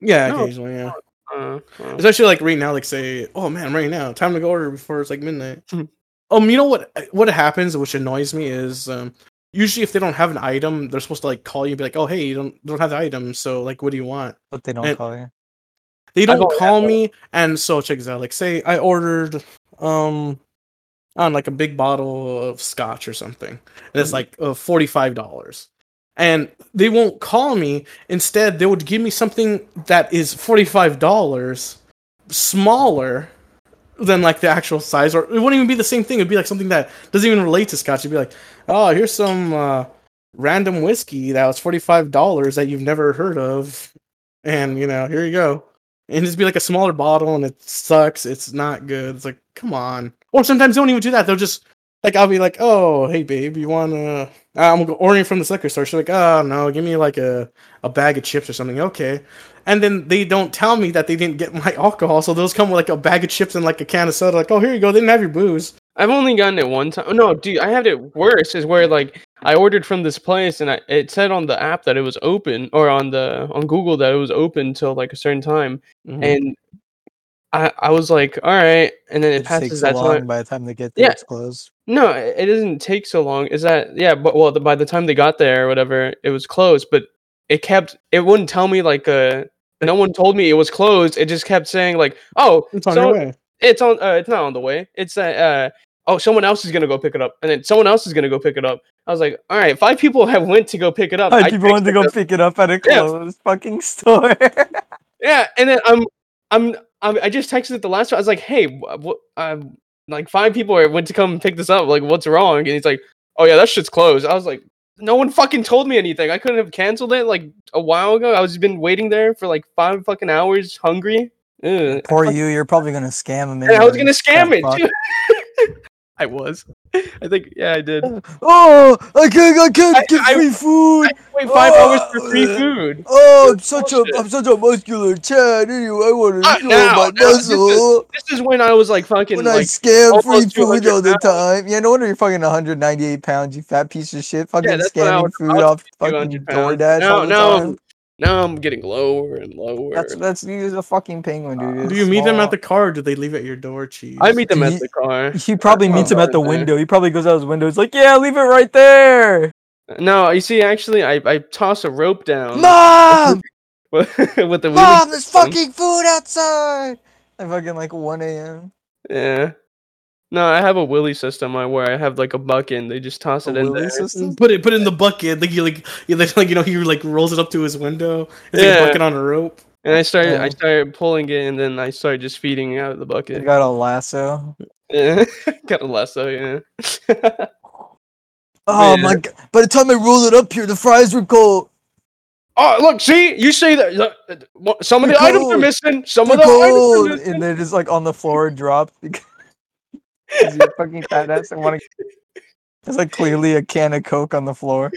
Yeah, No. occasionally, yeah. Uh, uh, Especially like right now, like say, oh man, right now, time to go order before it's like midnight. Hmm. Um, you know what? What happens, which annoys me, is um, usually if they don't have an item, they're supposed to like call you and be like, "Oh, hey, you don't don't have the item, so like, what do you want?" But they don't And- call you. They I've don't only had call that. me, and so check this out. Like, say I ordered um, on like a big bottle of scotch or something, and it's like uh, forty five dollars, and they won't call me. Instead, they would give me something that is forty five dollars smaller than like the actual size, or it wouldn't even be the same thing. It'd be like something that doesn't even relate to scotch. It'd be like, oh, here's some uh, random whiskey that was forty five dollars that you've never heard of, and you know, here you go. And just be like a smaller bottle, and it sucks. It's not good. It's like, come on. Or sometimes they don't even do that. They'll just like, I'll be like, oh, hey, babe, you wanna? uh, I'm ordering from this liquor store. She's like, oh no, give me like a a bag of chips or something. Okay. And then they don't tell me that they didn't get my alcohol, so they'll just come with like a bag of chips and like a can of soda. Like, oh, here you go. They didn't have your booze. I've only gotten it one time. No, dude, I had it worse. Is where like I ordered from this place, and I, it said on the app that it was open, or on the on Google that it was open till like a certain time, Hmm. and I I was like, all right, and then it, It, takes passes so that long time. by the time they get there. Yeah. It's closed. No, it it doesn't take so long. Is that yeah? But well, the, by the time they got there or whatever, it was closed. But it kept. It wouldn't tell me like uh No one told me it was closed. It just kept saying like, "Oh, it's on so- your way. it's on uh, it's not on the way it's that uh oh someone else is gonna go pick it up and then someone else is gonna go pick it up i was like all right five people have went to go pick it up I Alright, people want to picked go it up. pick it up at a Yeah. closed fucking store. yeah and then i'm i'm, I'm i just texted the last one i was like hey what um like five people are, went to come pick this up like what's wrong and he's like oh yeah that shit's closed i was like no one fucking told me anything i couldn't have canceled it like a while ago i was been waiting there for like five fucking hours hungry Ugh. Poor you, you're probably gonna scam them. and i was anyway. gonna scam That it fuck. too i was i think yeah i did Oh, I can't, I can't I- get I- free food. wait five hours for free Uh, food. oh, I'm such bullshit. a, I'm such a muscular Chad. Anyway, I want Not to show now, my now, this is- muscle. This is when I was like fucking When I like scam free almost food all the 200 time. Yeah, no wonder you're fucking 198 pounds, you fat piece of shit. Fucking that's when I scamming was- I food was off fucking 200 pounds. DoorDash Now- all the now time. I'm- now I'm getting lower and lower. That's that's he's a fucking penguin, dude. Do Uh, He's you meet them small. at the car? Or do they leave at your door? Cheese. I meet them Do at you- the car. He probably meets him at the Right there. window. He probably goes out his window. It's like, yeah, leave it right there. No, you see, actually, I, I toss a rope down Mom, with the wheelie mom, there's system. fucking food outside. At fucking like 1 a.m. Yeah. No, I have a willy system I where I have like a bucket and they just toss A it in willy there. system? Put it put it in the bucket. Like you like you like, like, you know he like rolls it up to his window. It's like Yeah. a bucket on a rope. And I started I Yeah. started pulling it and then I started just feeding it out of the They bucket. got a lasso. Yeah. Got a lasso, yeah. Oh Yeah. my god! By the time I roll it up here, the fries were cold. Oh, look, see, you see that look, uh, wha- some of the They're items are gold. missing. Some They're of the cold, items are and missing. they're just like on the floor dropped because you're fucking fat ass and want to. There's like clearly a can of Coke on the floor.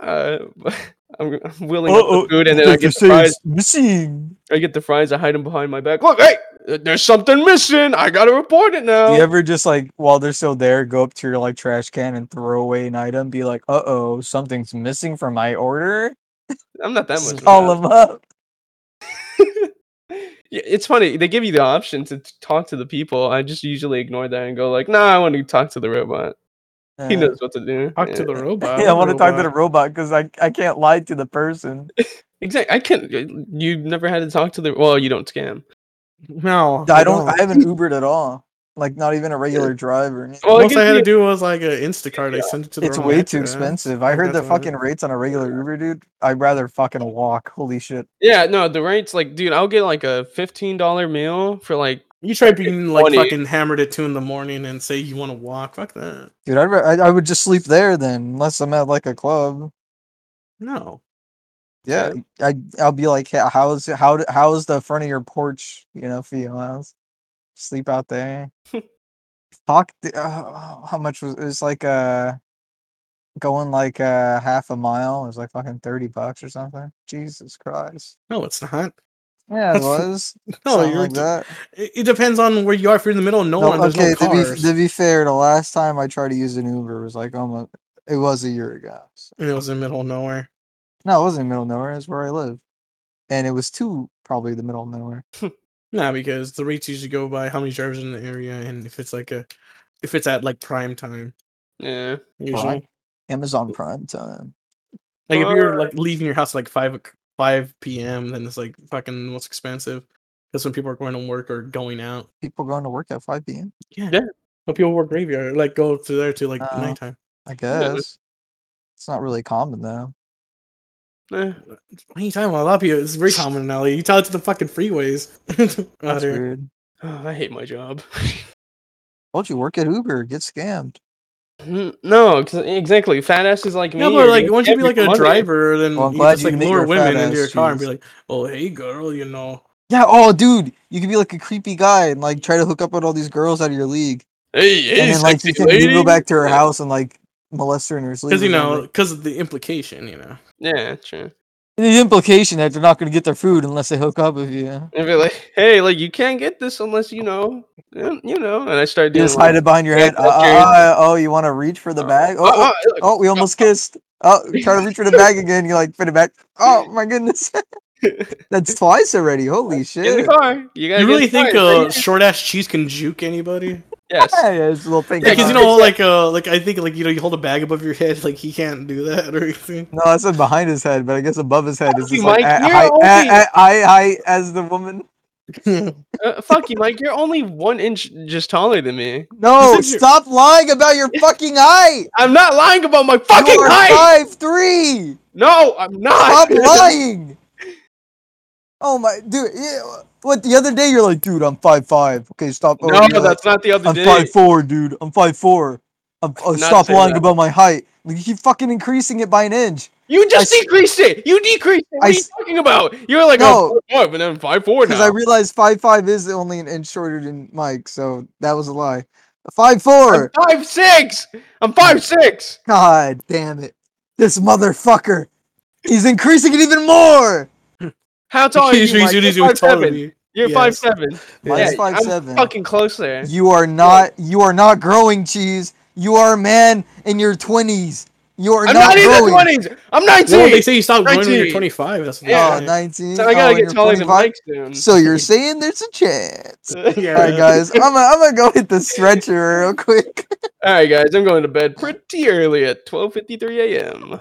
Uh, I'm, I'm willing up Uh-oh, the food, and then I Like, get they the say fries. it's missing. I get the fries. I hide them behind my back. Look, hey, uh, there's something missing. I gotta report it now. Do you ever just like while they're still there, go up to your like trash can and throw away an item? Be like, uh oh, something's missing from my order. I'm not that much. of a Call bad- them up. Yeah, it's funny. They give you the option to t- talk to the people. I just usually ignore that and go like, Nah, I want to talk to the robot. He Uh, knows what to do. Talk to Yeah. the robot. Yeah, I want to talk to the robot because I, I can't lie to the person. Exactly. I can't. You never had to talk to the. Well, you don't scam. No, I don't. I haven't Ubered at all. Like not even a regular driver. Well, Most it I had gives to you- do was like an Instacart. I sent it to the. It's wrong way address. too expensive. I heard the uh, That's what it fucking rates on a regular Uber, dude. I'd rather fucking walk. Holy shit. Yeah, no, the rates like, dude, I'll get like a fifteen dollar meal for like You try being like Funny. fucking hammered at two in the morning and say you want to walk. Fuck that. Dude, I'd, ra- I, I would just sleep there then, unless I'm at like a club. No. Yeah, I I'll be like, "Hey, how's how d- how's the front of your porch? You know, for your house? Sleep out there. Fuck, the, uh, how much was it was like uh going like uh half a mile? It was like fucking thirty bucks or something. Jesus Christ! No, it's not. Yeah, it That's- was. No, something you're. like that. It, it depends on where you are. If you're in the middle of no, No, one, there's okay, no to cars. be to be fair, the last time I tried to use an Uber was like almost it was a year ago. so- and it was in the middle of nowhere. No, it wasn't in the middle of nowhere. It's where I live, and it was too probably the middle of nowhere. Nah, because the rates usually go by how many drivers in the area, and if it's like a if it's at like prime time. Yeah. Usually, Prime? Amazon Prime time. like if you're like leaving your house at, like five o'c- five p.m., then it's like fucking what's expensive. That's when people are going to work or going out. People going to work at 5 p.m. Yeah. Yeah. But people work graveyard, like go to there to like Oh. nighttime. I guess it's not really common though. Eh, What are you talking about? A lot of people, it's very common now. Like, you tell it to the fucking freeways. Oh, out That's here. weird. I hate my job. Why do you work at Uber? Get scammed. no, 'cause- e, exactly. Fat asses like Yeah, me. but are like, gonna once you get be like me a money. driver, then Well, I'm you glad just you like admit lure your fat women into your ass car and be cheeks. like, "Oh, hey, girl, you know." Yeah. Oh, dude, you could be like a creepy guy and like try to hook up with all these girls out of your league, Hey, hey, and then like you sexy can you lady. go back to her house and like molest her in her sleep. Because you or know, something. because of the implication, you know. Yeah, true. the implication that they're not going to get their food unless they hook up with you. And be like, hey, like you can't get this unless you know, you you know. And I started You doing just hide it behind your yeah, head. Uh, that's true. uh, uh, oh, you want to reach for the Uh, bag? Oh, uh, oh, uh, oh, we almost kissed. Oh, try to reach for the bag again. You're like, put it back. Oh my goodness, that's twice already. Holy in the shit! car. You, gotta You get in really the car, think right uh, here. short ass cheese can juke anybody? yes. Yeah, yeah, it's a little pink. Because Yeah, you know, like, uh, like I think, like you know, you hold a bag above your head, like he can't do that or anything. No, I said behind his head, but I guess above his head is you, just like Mike, I, you're I, only- I, I, I, as the woman. Uh, fuck you, Mike. You're only one inch just taller than me. No, Isn't your- stop lying about your fucking height. I'm not lying about my fucking you are height. five three. No, I'm not. Stop lying. Oh my dude! Yeah, what the other day you're like, dude, I'm five five. Okay, stop. Oh, No, you're like, that's not the other I'm day. five four, dude. I'm five four. I'm, oh, not stop say lying that. about my height. Like, you keep fucking increasing it by an inch. You just I s- decreased it. You decreased it. What I are you s- talking about? You were like, No. oh, four, but then five four Because I now. realized five five is only an inch shorter than Mike, so that was a lie. Five four. I'm five six. I'm five six. God damn it. This motherfucker. He's increasing it even more. How tall are you, Mike? You're five seven. me. You're Yes. five seven. Mine's Yeah, five I'm seven. Fucking close there. You are not you are not growing cheese. You are a man in your twenties. You are I'm not not, in the growing. twenties. I'm nineteen. Well, they say you stop growing when you're 19. 25. That's what Yeah. Oh, they say. 19. so I gotta Oh, get you're taller than 25? Mike soon. So you're saying there's a chance. yeah. Yeah. All right, guys. I'm gonna I'm gonna go hit the stretcher real quick. All right, guys. I'm going to bed pretty early at 12:53 a.m.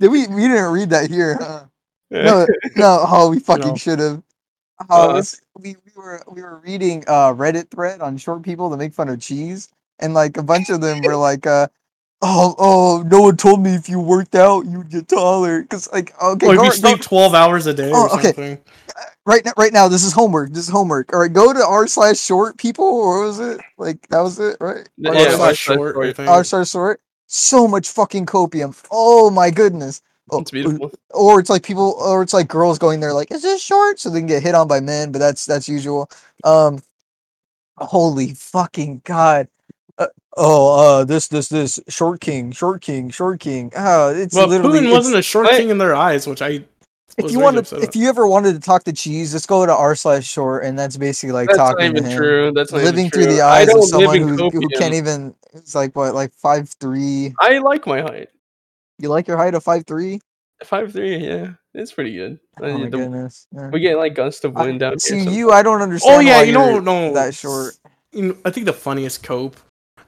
Did we we didn't read that here? Huh? no, no. Oh, we fucking No. should have. Oh, Uh, it's- we, we were we were reading a Reddit thread on short people to make fun of cheese, and like a bunch of them were like, uh, "Oh, oh, no one told me if you worked out you'd get taller." Because like, okay, Or if go, you go- sleep 12 hours a day Oh, or okay. something. right now, right now, this is homework. This is homework. All right, go to r slash short people, or what was it like that was it, right? Yeah, Or R it's slash- not that's- short, that's- I think. r slash short. So much fucking copium. Oh my goodness. Oh, It's beautiful. or it's like people or it's like girls going there like is this short so they can get hit on by men but that's that's usual um holy fucking god uh, oh uh this this this short king short king short king oh it's Well, literally Putin it's- wasn't a short I- king in their eyes, which I. if was you very want to upset if you ever wanted to talk to cheese just go to r slash short and that's basically like That's not talking to even him true. That's not even living true. through the I eyes don't of live someone in who, who copium. can't even it's like what like five three I like my height. you like your height of five three Five three. Yeah, it's pretty good. I oh my need Uh, the- goodness yeah. we get like gusts of I- wind down see here. some- you i don't understand Oh, yeah, why you know, you're no. that short You know, I think the funniest cope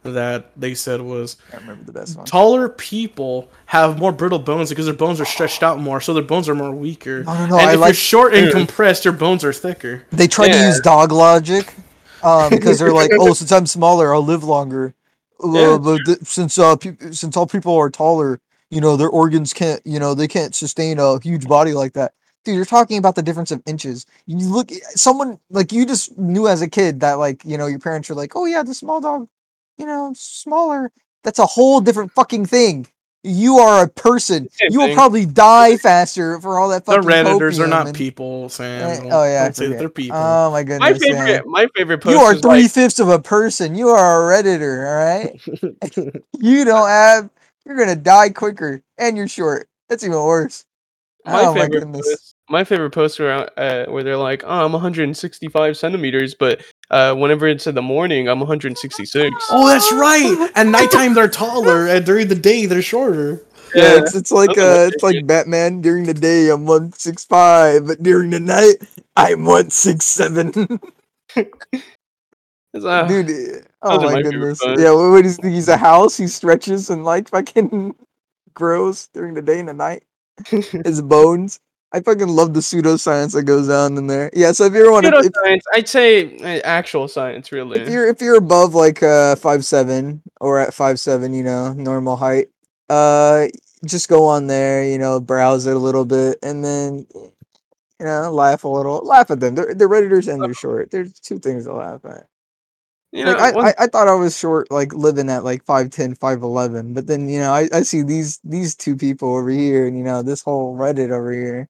that they said was I remember the best one. taller people have more brittle bones because their bones are stretched out more, so their bones are more weaker. No, no, no. I and if you're like. short and Oh, Mm. compressed, your bones are thicker. They tried to Yeah. use dog logic, um, because they're like, oh, since I'm smaller, I'll live longer. Uh, Yeah. but th- since uh, peop since all people are taller, you know, their organs can't, you know, they can't sustain a huge body like that. Dude, you're talking about the difference of inches. You look, someone like you just knew as a kid that like, you know, your parents were like, oh yeah, the small dog, you know, smaller. That's a whole different fucking thing. You are a person. Same you will thing. probably die faster for all that The fucking. redditors are copium not and- people, Sam. Eh, Don't- oh, yeah, I don't say that forget. they're people. Oh my goodness! my yeah. favorite. My favorite post. You are was, like, three fifths of a person. You are a redditor. All right. you don't have. You're gonna die quicker, and you're short. That's even worse. my oh my favorite goodness. posts- my favorite posts were out, uh, where they're like, "Oh, I'm 165 centimeters, but uh, whenever it's in the morning, I'm 166." oh, that's right. At nighttime, they're taller, and during the day, they're shorter. Yeah, it's, it's like Okay, uh, that's it's like Batman during the day. I'm one six five, but during the night, I'm one six seven. It's, uh, Dude, eh, oh those are my my favorite goodness. parts. Yeah, what, what is he's a house? He stretches and like fucking grows during the day and the night. His bones. I fucking love the pseudoscience that goes on in there. Yeah, so if you ever want to, if, pseudoscience. I'd say uh, actual science, really. if you're if you're above like uh five seven or at five seven, you know, normal height, uh, just go on there, you know, browse it a little bit, and then you know, laugh a little, laugh at them. They're they're redditors Uh, and they're short. There's two things to laugh at. You know, Like, I, one- I, I thought I was short, like living at like 5'10, 5'11, but then you know I, I see these these two people over here, and you know this whole Reddit over here.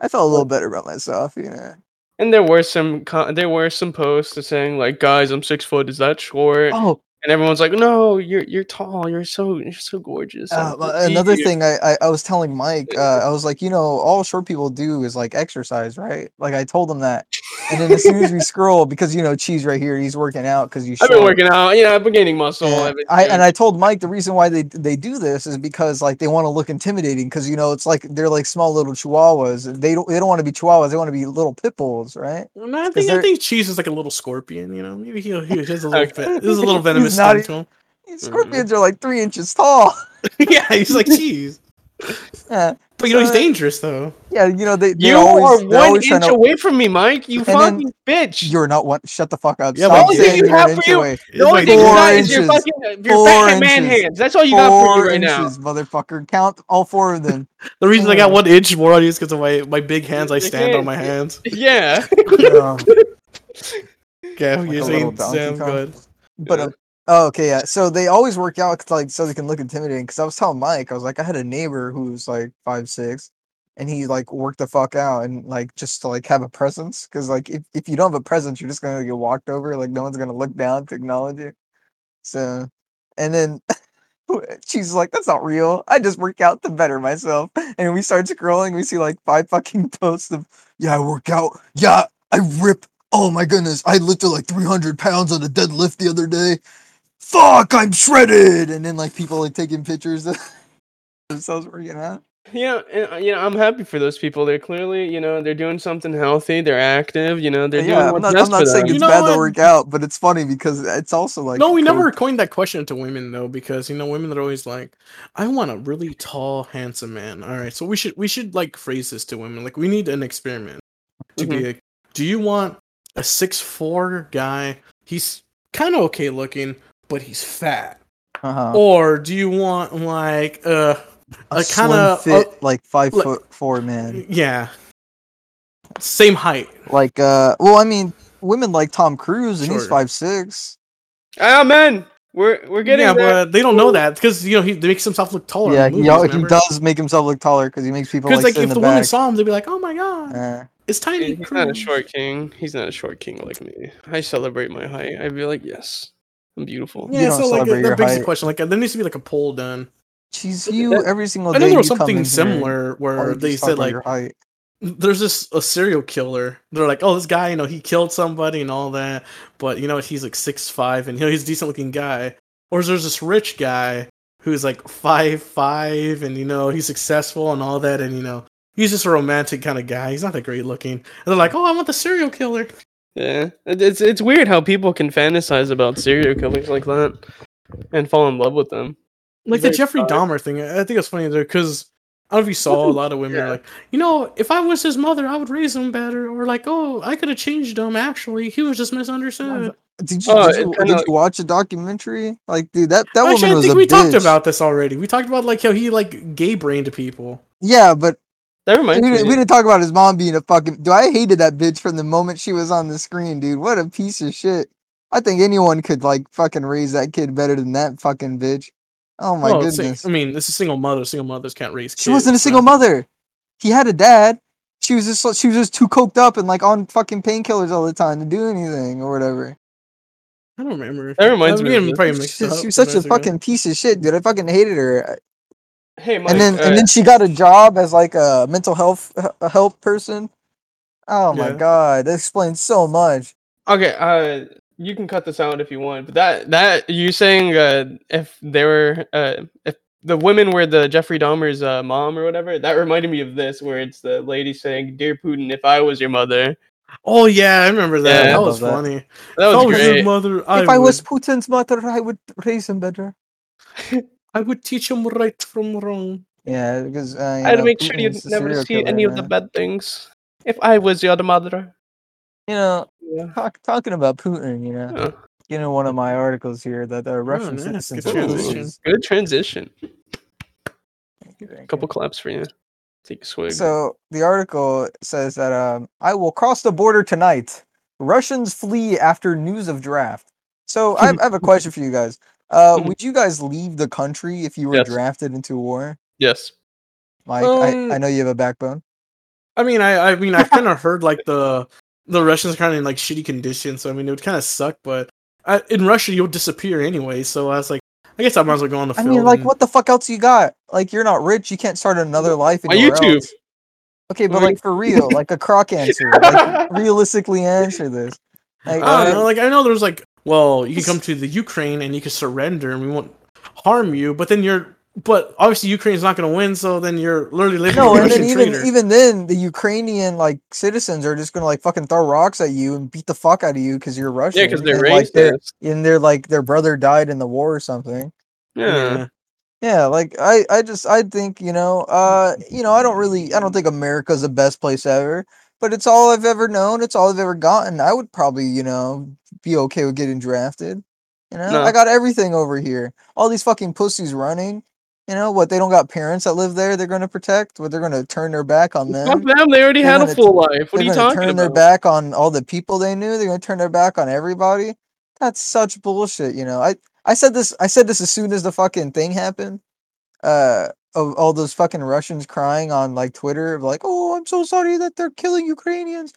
I felt a little better about myself, you know. and there were some co- there were some posts that saying like, guys, I'm six foot. Is that short? Oh, And everyone's like, no, you're you're tall. You're so you're so gorgeous. I uh, love well, another you." thing I, I I was telling Mike, uh, I was like, you know, all short people do is like exercise, right? Like I told him that, and then as soon as we scroll, because you know Cheese right here, he's working out because you. I've been working out. You know, I've been gaining muscle. Yeah, I've been I doing- and I told Mike the reason why they they do this is because like they want to look intimidating because you know it's like they're like small little chihuahuas. They don't they don't want to be chihuahuas. They want to be little pit bulls, right? No, I think I there- think Cheese is like a little scorpion. You know, maybe he'll he has a little Okay. ven- there's a little He's venomous not thing e- to him. These Mm-hmm. Scorpions are like three inches tall. yeah, he's like Cheese, yeah, but you know he's Uh, dangerous though. yeah. You know they. they're you always, are they're one always trying inch to- away from me, Mike. You And then- fucking bitch. You're not one. Shut the fuck up. Yeah, Stop but- saying All you you're have an for inch you- away. The only It's thing you four got is your inches. fucking your Four Batman man inches. hands. That's all you got for Four me right now. inches, motherfucker. Count all four of them. The reason I got Oh. one inch more on you is because of my, my big hands. I Big stand on hands, my yeah. hands. Yeah. Yeah. Okay, Like you're a saying little Donkey Sam, Kong. good. But Yeah. um, oh, okay, yeah. So they always work out 'cause, like so they can look intimidating. Because I was telling Mike, I was like, I had a neighbor who was like five six, and he like worked the fuck out and like just to like have a presence. Because like if, if you don't have a presence, you're just gonna get walked over. Like no one's gonna look down to acknowledge you. So, and then she's like, "That's not real. I just work out to better myself." And we start scrolling, we see like five fucking posts of, "Yeah, I work out. Yeah, I rip Oh my goodness, I lifted like 300 pounds on a deadlift the other day. Fuck, I'm shredded. And then like people like taking pictures of themselves working out. You know, and, uh, you know, I'm happy for those people. They're clearly, you know, they're doing something healthy. They're active. You know, they're doing Yeah, I'm what's not, best I'm not for saying them. it's You know bad what? to work out, but it's funny because it's also like No, we never cool. coined that question to women though, because you know women are always like, "I want a really tall, handsome man." All right, so we should we should like phrase this to women. Like, we need an experiment to be Mm-hmm. like, "Do you want a six four guy? He's kind of okay looking, but he's fat." uh-huh. Or do you want like uh a a slim Oh, kinda- uh, fit like five like- foot four man. yeah same height? Like uh, well, I mean, women like Tom Cruise and he's Shorter. five six. Ah, man, we're we're getting yeah, there. but they don't know that because you know he makes himself look taller. Yeah, Yeah, he, al- he does make himself look taller because he makes people Because like, like, sit in if the, the, woman back. saw him, they'd be like, "Oh my god, Uh, it's tiny." He's not a Cruz." short king. He's not a short king like me. I celebrate my height. I'd be like, yes, I'm beautiful. You Yeah, don't so like celebrate your that begs height. the question. Like there needs to be like a poll done. Jeez, Th- you that- every single I day. know there was you come in something here and- similar Why where would you they just talk said about like your height? there's this a serial killer. They're like, oh, this guy, you know, he killed somebody and all that, but you know, he's like six five and you know, he's a decent looking guy. Or there's this rich guy who's like five five and you know, he's successful and all that, and you know, he's just a romantic kind of guy. He's not that great looking. And they're like, oh, I want the serial killer. Yeah, It- it's it's weird how people can fantasize about serial killers like that and fall in love with them. like the Like, Jeffrey uh, Dahmer thing. I I think it's funny because I don't know if you saw a lot of women are Yeah. like, you know, if I was his mother, I would raise him better, or like, oh, I could have changed him. Actually, he was just misunderstood. Did you, Oh, did, it you, kinda did like- you watch a documentary? Like, dude, that that Actually, woman I was think a we bitch. talked about this already. We talked about like how he like gay brained people. Yeah, but That Oh, we reminds me. didn't, we didn't talk about his mom being a fucking. Do I hated that bitch from the moment she was on the screen, dude? What a piece of shit! I think anyone could like fucking raise that kid better than that fucking bitch. Oh my Well, it's sing- goodness, I mean, this is single mother. Single mothers can't raise. she wasn't a kids, so- single mother. He had a dad. She was just she was just too coked up and like on fucking painkillers all the time to do anything or whatever. I don't remember. That reminds I'm me of getting this. probably mixed She, up she was such a minutes ago. fucking piece of shit, dude. I fucking hated her. Hey, Mike. and then uh, and then she got a job as like a mental health a help person. Oh my Yeah. god, that explains so much. Okay, uh, you can cut this out if you want, but that that you saying uh, if they were uh, if the women were the Jeffrey Dahmer's uh, mom or whatever, that reminded me of this where it's the lady saying, "Dear Putin, if I was your mother," Oh yeah, I remember that. Yeah, I that was love that. funny. That if I was was great. his mother, I, if I would, was Putin's mother, I would raise him better. I would teach him right from wrong. Yeah, because uh, you I'd know, make sure Putin you is a never serial see any killer, of the man. bad things. If I was your mother, You know, yeah. talk, talking about Putin, you know, Oh, you know, one of my articles here that the Russian nice, good citizens. are Ooh, transition. fools. good transition. Thank you, thank you. Couple claps for you. Take a swig. So the article says that um, I will cross the border tonight. Russians flee after news of draft. So I have, I have a question for you guys. Uh, would you guys leave the country if you were Yes. drafted into war? yes. Mike, Um, I, I know you have a backbone. I mean, I I mean, I've kind of heard like the the Russians kind of in like shitty conditions. So I mean, it would kind of suck. But I, in Russia, you'll disappear anyway. So I was like, I guess I might as well go on the I field. mean, like, and- what the fuck else you got? Like, you're not rich. You can't start another life. My anywhere YouTube. else. Okay, but Wait. like for real, like a croc answer. Like, realistically answer this. Like, I don't know. uh, Like I know there's like, well, you can come to the Ukraine and you can surrender, and we won't harm you. But then you're, but obviously Ukraine's not going to win. So then you're literally living No, with a and then Russian even traitor. even then, the Ukrainian like citizens are just gonna like fucking throw rocks at you and beat the fuck out of you because you're Russian. Yeah, because they're and, like, their- racist. and they're like their brother died in the war or something. Yeah. Yeah. Yeah, like I I just I think you know uh you know I don't really I don't think America's the best place ever, but it's all I've ever known. It's all I've ever gotten. I would probably you know be okay with getting drafted. You know No. I got everything over here. All these fucking pussies running. You know what? They don't got parents that live there. They're gonna protect. What? They're gonna turn their back on them. Fuck them. They already they're had a gonna full life. What are They're you going to talking turn their about? back on all the people they knew. They're going to turn their back on everybody. That's such bullshit. You know, I I said this. I said this as soon as the fucking thing happened. Uh, of all those fucking Russians crying on like Twitter, of like, oh, I'm so sorry that they're killing Ukrainians.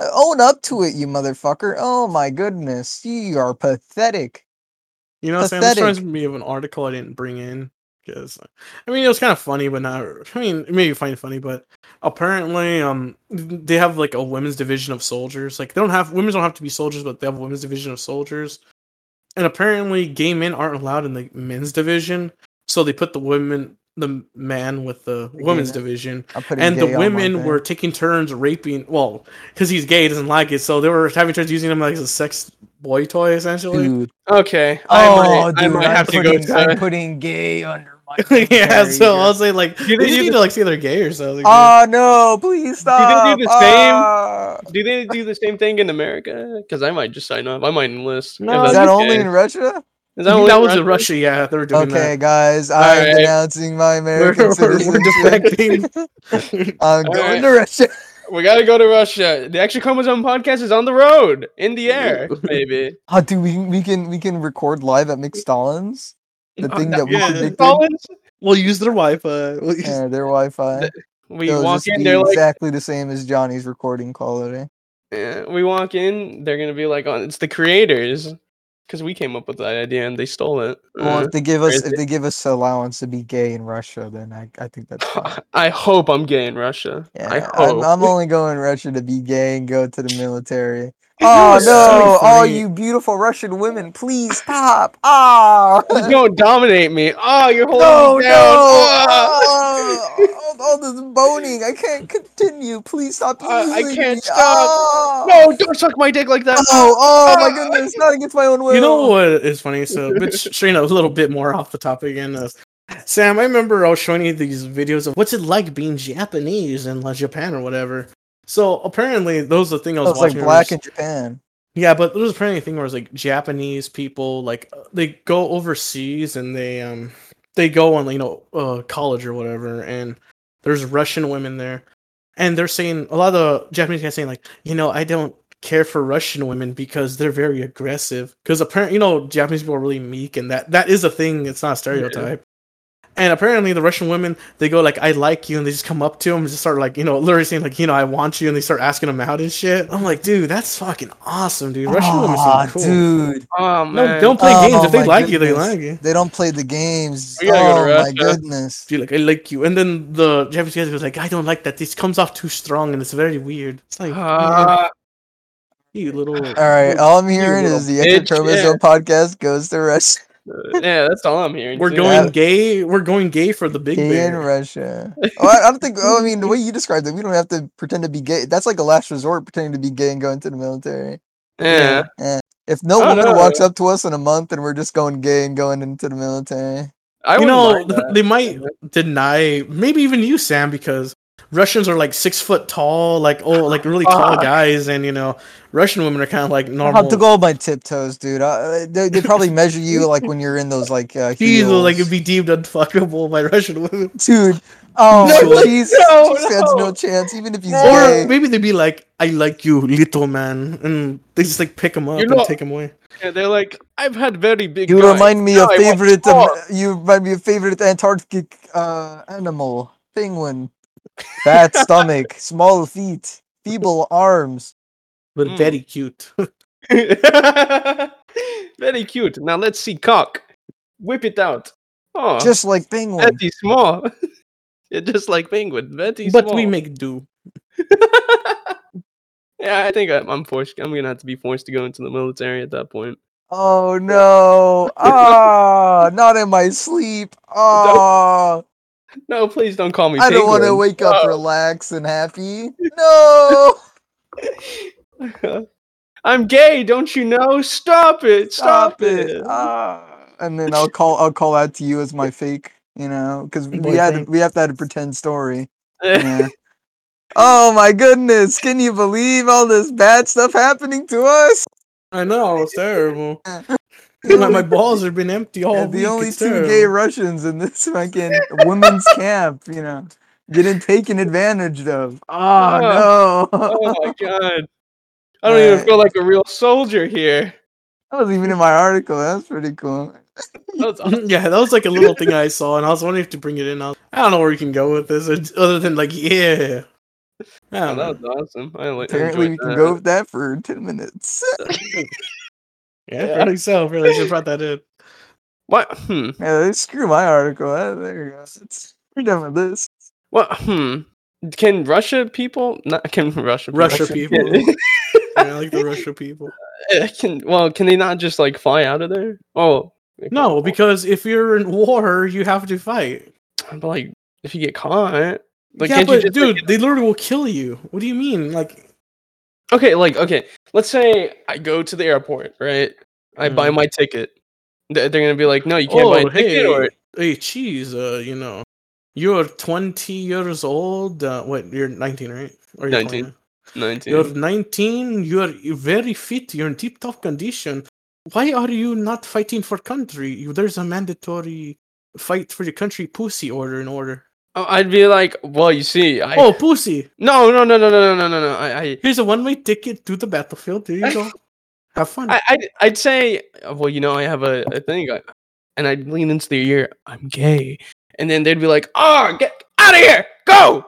Uh, Own up to it, you motherfucker. Oh my goodness, you are pathetic. You know, what I'm saying this Pathetic. reminds me of an article I didn't bring in because I mean it was kind of funny, but not. I mean, it may be funny, funny, but apparently, um, they have like a women's division of soldiers. Like they don't have women don't have to be soldiers, but they have a women's division of soldiers. And apparently, gay men aren't allowed in the men's division, so they put the women, the man with the gay women's man. division, I'm putting and the gay eh? on my women thing. were taking turns raping. Well, because he's gay, he doesn't like it, so they were having turns using him like as a sex boy toy, essentially. Dude. Okay. Oh, I might, dude, I might am have to go putting, I'm to. putting gay under my. yeah, commentary so here. I'll say like You you, didn't do need the- to like say they're gay or something. Oh no! Please stop. You didn't do the same? Ah. Do they do the same thing in America? Because I might just sign up. I might enlist. No, If Oh, Is that's that okay. only in Russia? Is that, only in was in Russia. Yeah, they were doing Okay, guys, I'm Alright. announcing my that. We're, American we're, we're citizenship. defecting. I'm Alright. going to Russia. We gotta go to Russia. The Extra Chromosome podcast is on the road, in the air, maybe. Oh, dude, we, we can we can record live at McStallin's. The Oh, thing that we yeah. predicted. Collins, we'll use their Wi-Fi. We'll use- Yeah, their Wi-Fi. We It'll walk just in, be they're like, exactly the same as Johnny's recording quality. Yeah, eh, we walk in, they're gonna be like, oh, it's the creators, because we came up with that idea and they stole it. Well, Uh, if they give us Is if it- they give us allowance to be gay in Russia, then I, I think that's fine. I hope I'm gay in Russia. I Yeah, I'm, hope. I'm only going to Russia to be gay and go to the military. Dude, Oh that was no! so All funny. you beautiful Russian women, please stop! Ah! Please don't dominate me. Oh, you're holding No, no! me down. Ah! Ah, all, all this boning, I can't continue. Please stop I- I using can't me. stop. Ah! No, don't suck my dick like that. Oh, oh my Ah. goodness! Not against my own will. You know what is funny? So, but sh- straying a little bit more off the topic again. Uh, Sam, I remember I was showing you these videos of what's it like being Japanese in like, Japan or whatever. So apparently, those are the thing I Oh, was it's like watching. I black was- in Japan. Yeah, but there's apparently a thing where it's like Japanese people like uh, they go overseas and they um they go on you know uh, college or whatever, and there's Russian women there, and they're saying a lot of the Japanese guys saying like you know I don't care for Russian women because they're very aggressive because apparently you know Japanese people are really meek and that that is a thing it's not a stereotype. And apparently, the Russian women they go like, "I like you," and they just come up to him and just start like, you know, literally saying like, "You know, I want you," and they start asking him out and shit. I'm like, dude, that's fucking awesome, dude. Russian women Ah, seem cool. dude, Oh, No, man. don't play Oh, games. If they my like you, they goodness. like you. they don't play the games. We gotta go to Oh my Russia. goodness! Dude, like I like you. And then the Japanese guy goes like, "I don't like that. This comes off too strong, and it's very weird." It's like, Ah, you little. All right, all I'm hearing little is the Extra bitch, Chromosome podcast goes to Russia. Uh, yeah, that's all I'm hearing. We're too. going gay. We're going gay for the big Gay in bear. Russia. Oh, I, I don't think. Oh, I mean, the way you described it, we don't have to pretend to be gay. That's like a last resort, pretending to be gay and going to the military. Yeah. If no Oh, woman no. walks up to us in a month and we're just going gay and going into the military, I you wouldn't know, mind that. they might deny, maybe even you, Sam, because Russians are like six foot tall, like oh, like really tall Fuck. guys, and you know, Russian women are kind of like I have to normal. go on my tiptoes, dude. I, they, they probably measure you like when you're in those like uh, These will like heels. be deemed unfuckable by Russian women, dude. Oh, No, Jesus, no, he stands no. no chance, even if he's or gay. maybe they'd be like, "I like you, little man," and they just like pick him up You're and not- take him away. Yeah, they're like, I've had very big. You guys. remind me Now of I want favorite. Am- more." you remind me of favorite Antarctic uh, animal, penguin. Fat stomach, small feet, feeble arms. But Mm. very cute. very cute. Now let's see cock. Whip it out. Oh, just Just like penguin. very small. Yeah, just like penguin. Very small. but we make do. yeah, I think I'm, I'm forced. I'm gonna have to be forced to go into the military at that point. Oh no! Ah, not in my sleep. Ah, No, please don't call me. I don't want to penguin. wake up relaxed and happy. No! I'm gay, don't you know? Stop it! Stop, it! Ah. And then I'll call. I'll call out to you as my fake. You know, because we had Boyfriend. we have to have a pretend story. Yeah. oh my goodness! Can you believe all this bad stuff happening to us? I know it's terrible. like my balls have been empty all Oh, Yeah, week. the only it's two terrible. gay Russians in this fucking women's camp, you know, getting taken advantage of. Oh, oh no. my god! I don't even Uh, feel like a real soldier here. that was even in my article. That's pretty cool. That's yeah, that was like a little thing I saw, and I was wondering if to bring it in. I, was- I don't know where you can go with this, it's- other than like, yeah. I Oh, don't know. that was awesome. I like Apparently, we can go with that for 10 minutes. Yeah, I think so. Really, I should have brought that in. What? Hmm. yeah, screw my article. Uh, there you go. It's, we're done with this. What? Hmm. Can Russia people? Not can Russia. People, Russia Russian people. Yeah, I like the Russia people. Eh, Can well? Can they not just like fly out of there? Oh they can- No, because if you're in war, you have to fight. but like if you get caught, like yeah, can't you but just, like, dude, they literally will kill you. What do you mean? Like, Okay, like okay, let's say I go to the airport, right? I buy Mhm. my ticket. Th- They're gonna be like, no, you can't buy oh a hey, ticket. Or hey, cheese. Uh, you know, you're 20 years old. Uh, what? You're 19, right? Or you're 19. 20? nineteen. You're 19, you're very fit, you're in tip top condition. Why are you not fighting for country? You- There's a mandatory fight for your country pussy order in order. Oh, I'd be like, well, you see, I oh, pussy! no, no, no, no, no, no, no, no. I, I, Here's a one way ticket to the battlefield. There you go. Have fun. I, I'd, I'd say, uh, well, you know, I have a, a thing, I, and I'd lean into the ear, I'm gay, and then they'd be like, oh, get out of here, go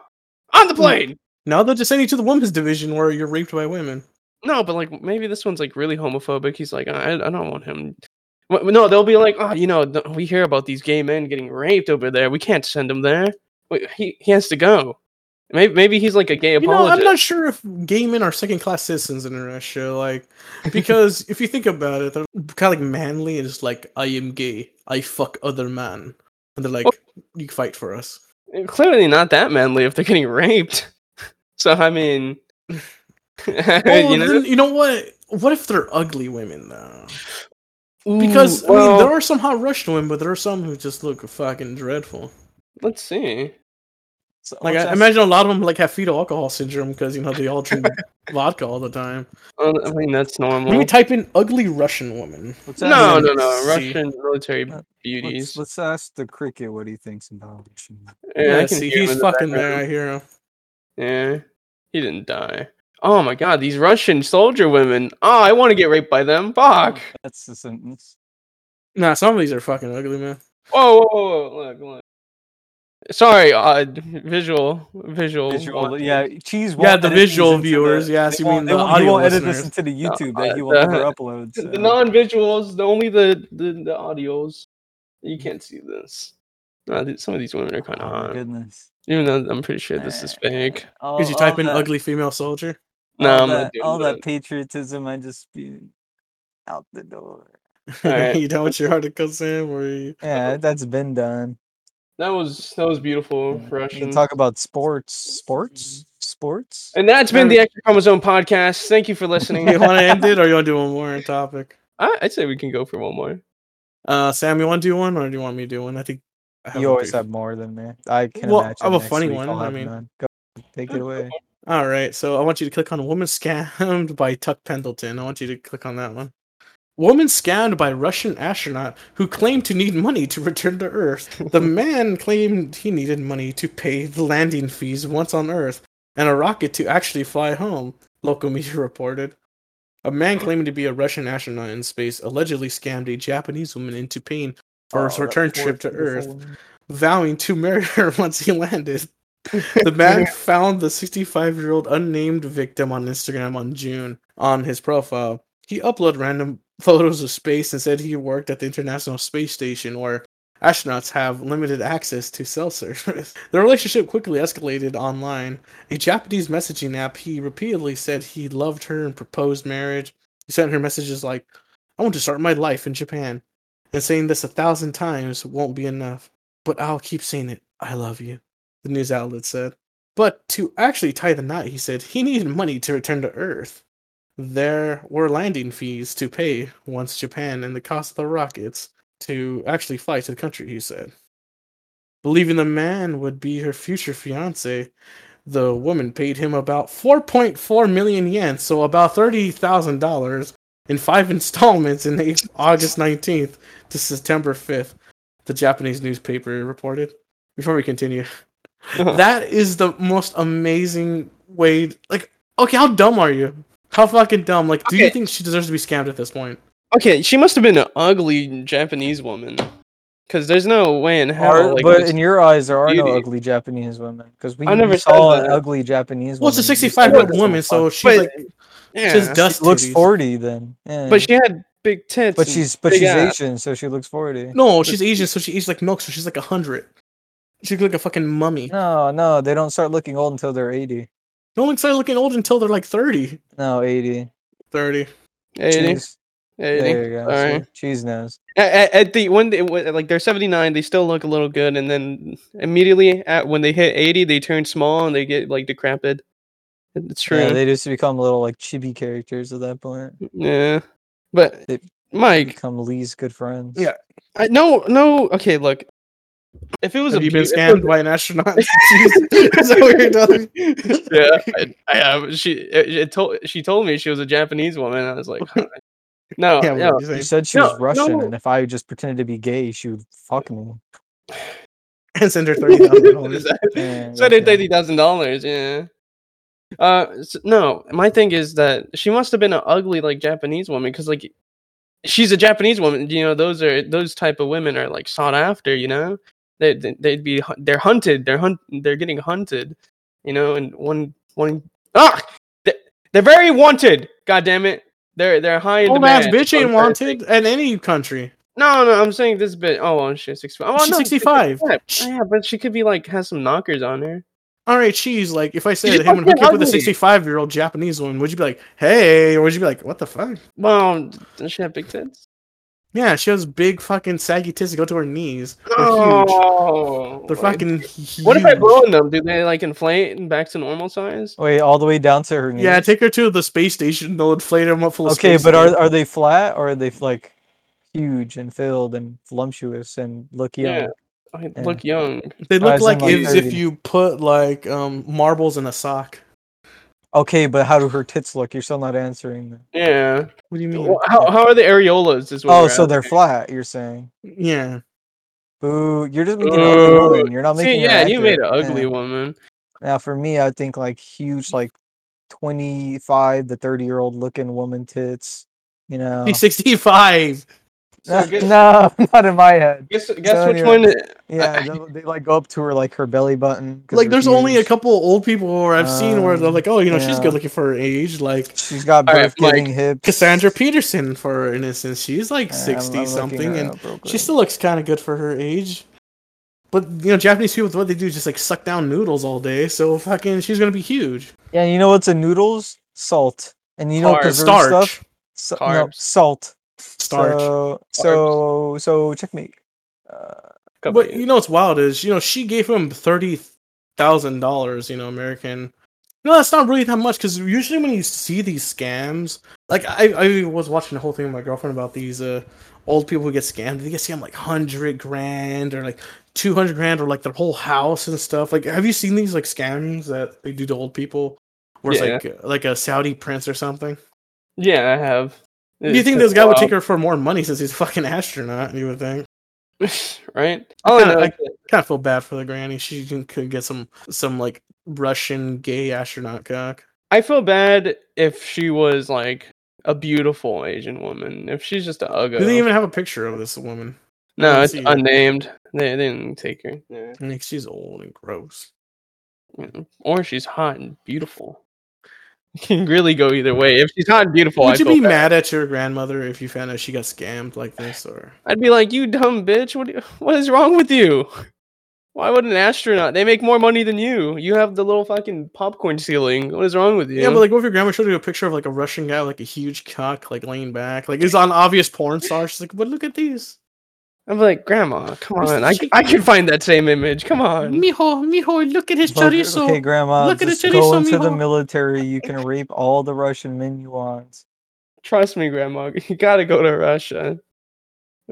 on Mm. the plane. now they'll just send you to the women's division where you're raped by women. No, but like maybe this one's like really homophobic. He's like, I, I don't want him. Wh- No, they'll be like, oh, you know, th- we hear about these gay men getting raped over there. We can't send him there. Wait, he he has to go. Maybe maybe he's like a gay You know, apologist. I'm not sure if gay men are second class citizens in Russia, like because if you think about it, they're kind of like manly and just like I am gay, I fuck other man, and they're like Oh. you fight for us. Eh, Clearly not that manly if they're getting raped. So I mean, Well, you know, Oh, then, you know what? What if they're ugly women though? Because Ooh, I mean, well, there are some hot Russian women, but there are some who just look fucking dreadful. let's see. So Like let's I ask- imagine a lot of them like have fetal alcohol syndrome because you know they all drink vodka all the time. Uh, I mean, that's normal. Let me type in ugly Russian woman. let's ask- no, Let's no, no. see. Uh, Russian military Let's- beauties. Let's, let's ask the cricket what he thinks about Russian. Yeah, I can see, hear him he's in the fucking there. background. I hear him. Yeah. Eh, He didn't die. Oh my god, these Russian soldier women. Oh, I want to get raped by them. Fuck. That's the sentence. Nah, some of these are fucking ugly, man. Whoa, whoa, whoa, whoa. Look, look. Sorry, uh, d- visual, visual. Visual, one. yeah, cheese. Yeah, won't the edit these visual into the- viewers, yes, they you mean won't- they the won't- he audio won't edit this listeners. into the YouTube that he will uh, never upload. The so. non-visuals, the only the the, the audios. You can't see this. No, th- some of these women are kind of Oh, my hot. goodness. Even though I'm pretty sure this is fake. All, Did you type all in that- ugly female soldier? No, all I'm not that, doing all that. that patriotism. I just be out the door. Alright. you done with your article, Sam? Or you... Yeah, that's been done. That was that was beautiful We can Russian. talk about sports. Mm-hmm. Sports? Sports? And that's been the Extra Chromosome podcast. Thank you for listening. you want to end it, or you want to do one more topic? I, I'd say we can go for one more. Uh, Sam, you want to do one, or do you want me to do one? I think I You always one have more than me. I can Well, imagine. I have a next funny week one, I'll I have mean- none. Go take it away. too. All right, so I want you to click on "Woman Scammed" by Tuck Pendleton. I want you to click on that one. Woman scammed by Russian astronaut who claimed to need money to return to Earth. The man claimed he needed money to pay the landing fees once on Earth and a rocket to actually fly home. Local media reported. A man claiming to be a Russian astronaut in space allegedly scammed a Japanese woman into paying for Oh, his that return poor trip to beautiful Earth. woman. vowing to marry her once he landed. The man found the 65 year old unnamed victim on Instagram on June on his profile. He uploaded random photos of space and said he worked at the International Space Station where astronauts have limited access to cell service. The relationship quickly escalated online. A Japanese messaging app, he repeatedly said he loved her and proposed marriage. He sent her messages like, I want to start my life in Japan. And saying this a thousand times won't be enough but I'll keep saying it. I love you, the news outlet said. But to actually tie the knot, he said he needed money to return to Earth. There were landing fees to pay once Japan and the cost of the rockets to actually fly to the country, he said. Believing the man would be her future fiance, the woman paid him about 4.4 million yen, so about $30,000 in five installments in April- August 19th to September 5th the Japanese newspaper reported. Before we continue, Uh-huh. that is the most amazing way. Like, okay, how dumb are you? How fucking dumb? Like, do you Okay. think she deserves to be scammed at this point? okay, she must have been an ugly Japanese woman, because there's no way in hell. Are- like, but this- in your eyes, there are no beauty. ugly Japanese women because we I never we said saw that. an ugly Japanese. Well, it's a woman. You 65 year said old that's woman, not so fun. she's but- like, yeah, she's dust. She looks titties. forty then. Yeah. But she had big tits. but and- she's but big she's ass. Asian, so she looks forty. No, she's Asian, so she eats like milk, so she's like a hundred. She look like a fucking mummy. No, no, they don't start looking old until they're eighty. No one started looking old until they're like 30. No, eighty. 30. Eighty, Cheese. eighty. There you go. Sorry. see? Cheese nose. At, at the when they when- like they're 79, they still look a little good, and then immediately at when they hit 80, they turn small and they get like decrepit. It's true. Yeah, Yeah, they just become little like chibi characters at that point. but They Mike, become Lee's good friends. Yeah. I, no, no. Okay, look. If it was Have a you been beau- scammed by an astronaut? Is that what you're telling me? yeah, I, I have. She it, it told she told me she was a Japanese woman. And I was like, no, Yeah, no. what you're You saying. said she No, was Russian, no. and if I just pretended to be gay, she would fuck me. And send her $30,000. Yeah, so did gotcha. thirty thousand dollars. Yeah. Uh, s- no, my thing is that she must have been an ugly like Japanese woman because like she's a Japanese woman. You know, those are those type of women are like sought after. You know, they they- they'd be hu- they're hunted. They're hunt they're getting hunted. You know, and one one ah they- they're very wanted. God damn it. They're they're high in Old ass demand. bitch ain't on wanted in any country. No, no, I'm saying this bit. Oh, well, she's 65. Oh, She's no, 65. Oh, yeah, but she could be like, has some knockers on her. All right, cheese. Like, if I said, She's "Hey, I'm gonna hook you up with a fucking ugly. 65 year old Japanese woman," would you be like, "Hey," or would you be like, "What the fuck?" Well, does she have big tits? Yeah, she has big fucking saggy tits that go to her knees. They're huge. Oh, They're fucking huge. What if I blow in them? Do they like inflate and back to normal size? Wait, all the way down to her knees. Yeah, take her to the space station. They'll inflate them up full of Okay, space but jam. are are they flat or are they like huge and filled and voluptuous and look young? Yeah. I look young. they As look in, like, like, if, if 30. you put like um marbles in a sock. Okay, but how do her tits look? You're still not answering. That. Yeah. What do you mean? Well, How, how are the areolas? Is what Oh, we're so at. they're flat. You're saying. Yeah, Boo! You're just making an ugly Boo. woman. You're not See, making. her yeah, you made an accurate. ugly Yeah. woman. Now, for me, I think like huge, like twenty-five to thirty-year-old looking woman tits. You know, she's 65. So good- no, not in my head. Guess guess So which anyway. one? Yeah, they'll- they like go up to her like her belly button. 'cause Like, they're there's only a huge. couple old people where I've seen where they're Um, like, "Oh, you know, she's yeah. good looking for her age." Like, She's got All right, Mike. birth-giving hips. Cassandra Peterson, for instance, she's like Yeah, I'm- 60 I'm looking something, her and up real she quick. still looks kind of good for her age. But you know, Japanese people, what they do is just like suck down noodles all day, so fucking, she's gonna be huge. Yeah, you know what's in noodles? Salt. And you know what Carbs. preserves Starch. stuff? Sa- no, Carbs. salt. Starch. So, so, so checkmate. Uh, Couple but years. you know what's wild is you know she gave him thirty thousand dollars. You know American. No, that's not really that much because usually when you see these scams, like I, I was watching the whole thing with my girlfriend about these uh old people who get scammed. They get scammed like hundred grand or like two hundred grand or like their whole house and stuff. Like, have you seen these like scams that they do to old people? Where Yeah. it's like like a Saudi prince or something. yeah, I have. Do you think this guy would take her for more money since he's a fucking astronaut? You would think. right? Oh, kinda- no, I- kind of feel bad for the granny. She can- could get some some like Russian gay astronaut cock. I feel bad if she was like a beautiful Asian woman. If she's just a ugly, Do they even have a picture of this woman? no, I it's see. unnamed. They they didn't take her, yeah. Like she's old and gross. Mm. or she's hot and beautiful. Can really go either way. If she's hot and beautiful, would I'd you be mad at your grandmother if you found out she got scammed like this? Or I'd be like, you dumb bitch. What do you, what is wrong with you? Why would an astronaut? They make more money than you. You have the little fucking popcorn ceiling. What is wrong with you? yeah, but like, what if your grandma showed you a picture of like a Russian guy, with, like a huge cock, like laying back, like is on obvious porn star? She's like, but look at these, I'm like, Grandma, come Where's on. the I, c- chicken? I can find that same image. Come on. mijo, mijo, look at his look- chorizo. okay, grandma. look at the just go chorizo, into the mijo. military. You can rape all the Russian men you want. Trust me, Grandma. You gotta go to Russia.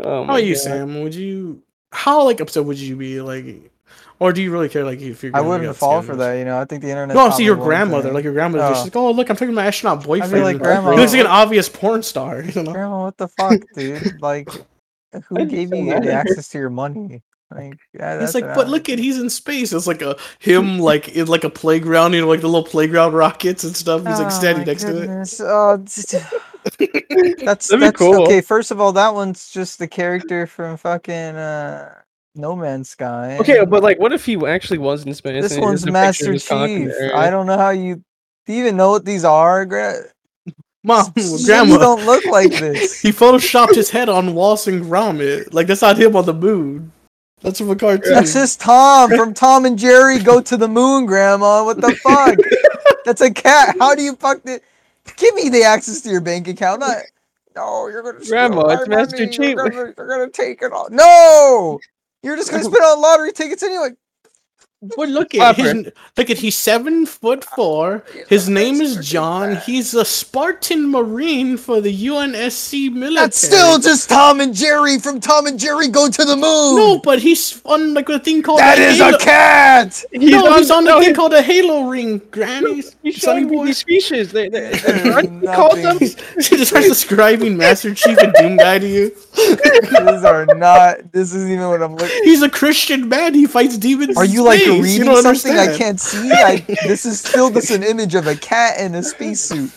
Oh, How my about you, God. Sam? Would you? How like upset would you be? Like, or do you really care? Like, if your I grandma wouldn't got fall scammed for or that. You know, I think the internet. No, I'm saying your probably wouldn't grandmother, think. like your grandmother. Oh. She's like, oh look, I'm talking to my astronaut boyfriend. like, "Grandma, he looks like an what- obvious porn star. You know? Grandma, what the fuck, dude? Like, who I'd be gave so you mad the at her. access to your money? Like, yeah, that's He's like, what but I- look at he's in space. It's like a him like in like a playground, you know, like the little playground rockets and stuff. He's Oh, like standing my next to it. goodness. Oh, t- t- that's That'd be that's cool. okay. First of all, that one's just the character from fucking uh, No Man's Sky. Okay, and but like, what if he actually was in Spanish? this and it is one's a picture of Master his cock in Chief. there? I don't know how you. Do you even know what these are, Gra- Oh, Mom, You grandma, don't look like this. he photoshopped his head on Wallace and Gromit. Like that's not him on the moon. That's from a cartoon. That's just Tom from Tom and Jerry Go to the Moon, Grandma. What the fuck? That's a cat. How do you fuck the? Give me the access to your bank account. Not. No, you're gonna. steal Grandma, my it's Master money. Chief. You're gonna, you're gonna take it all. No, you're just gonna spend on lottery tickets anyway. But look at his, Flapper. look at he's seven foot four. His name is John. He's a Spartan Marine for the UNSC military. That's still just Tom and Jerry from Tom and Jerry Go to the Moon. no, but he's on like a thing called that is Halo. a cat. He's no, on, he's on no, a thing he's- called a Halo ring, Granny. he's Sonny showing me boy. these species. They, they, There's they call them. Mm, nothing. She just starts describing Master Chief and Doom Guy to you. These are not. This isn't even what I'm looking. He's a Christian man. He fights demons. Are in you like space. reading you don't something I understand. can't see? I, this is still just an image of a cat in a spacesuit.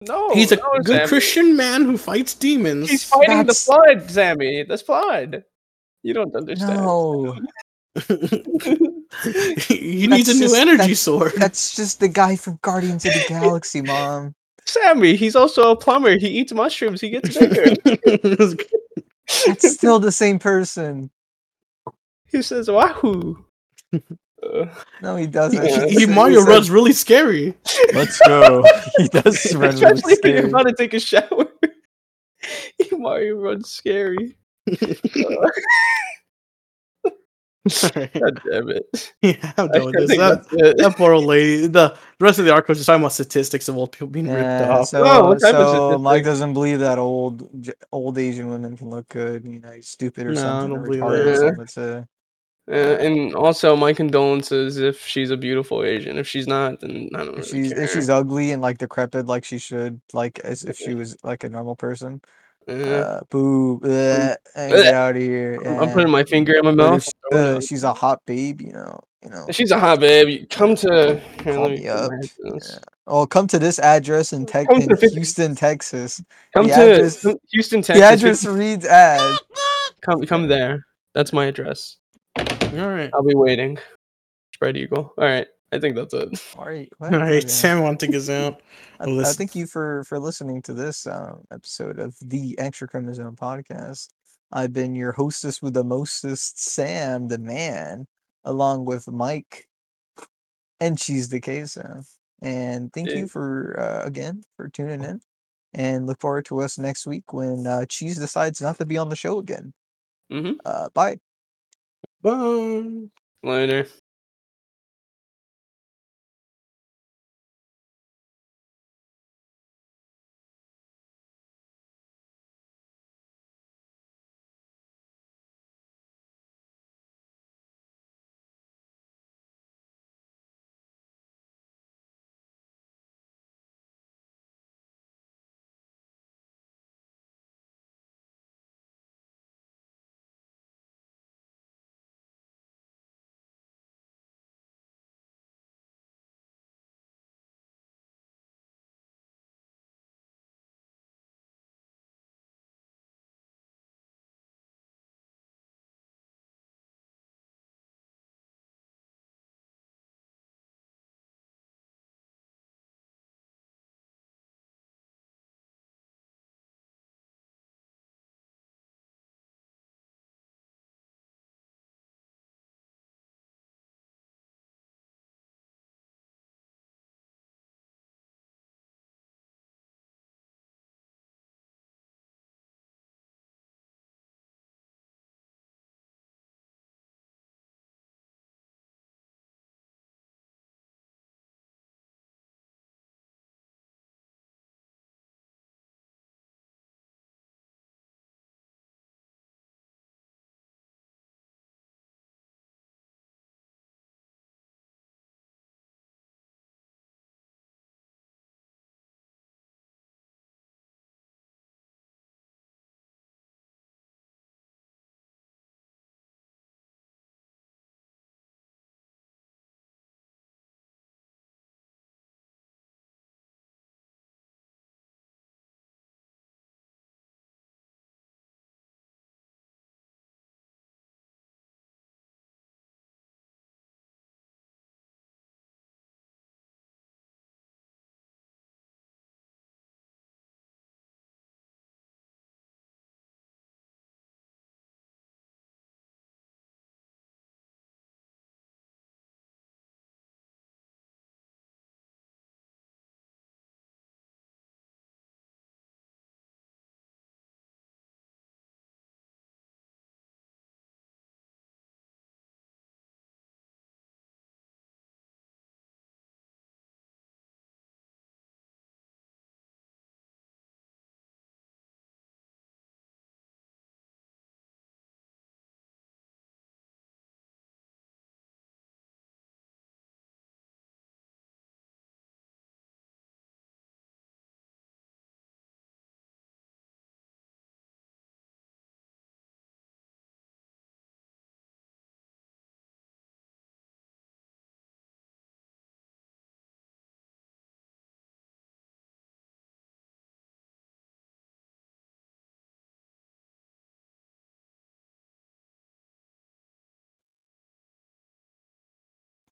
No, He's a Oh, no, good Sammy. Christian man who fights demons. He's fighting That's- the flood, Sammy. That's flood. You don't understand. No, he needs a That's new just- energy that's- sword. that's just the guy from Guardians of the Galaxy, Mom. Sammy, he's also a plumber. He eats mushrooms. He gets bigger. That's still the same person. he says, "Wahoo!" Uh, No, he doesn't. Yeah. he, Mario runs really scary. Let's go. He does run really especially if you're scary. about to take a shower. Mario runs scary. God damn it! yeah, I'm I done with think this. That, that's it. that poor old lady. The the rest of the article is just talking about statistics of old people being ripped Yeah, off. so, Oh, what type of so statistic? Mike doesn't believe that old J- old Asian women can look good. You know, he's stupid or No, I something. don't or believe retarded or that. something, it's a- Uh, and also, my condolences if she's a beautiful Asian. If she's not, then I don't. Really if she's care. if she's ugly and like decrepit like she should like as if she was like a normal person Uh, uh boo bleh, eh, Bleh. get out of here I'm yeah. putting my finger in my But mouth. if, uh, she's a hot babe you know you know She's a hot babe. You Come to. here, Call let me me put my up. headphones. Yeah. oh come to this address in, Tex Come to in fif- houston texas Come The to address- come- Houston, the Texas. address reads as Come, come there. That's my address. All right. I'll be waiting. Spread Eagle. All right. I think that's it. all right All what? right, Okay. Sam, want to take us out? Oh, I, I listen. thank you for for listening to this um, episode of the extra chromosome podcast i've been your hostess with the mostest sam the man along with mike and she's the queso and thank Yeah. you for uh, again for tuning in and look forward to us next week when uh, Cheese decides not to be on the show again. Mhm. Uh, bye. Bye. Later.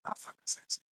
Ah, fuck, that's-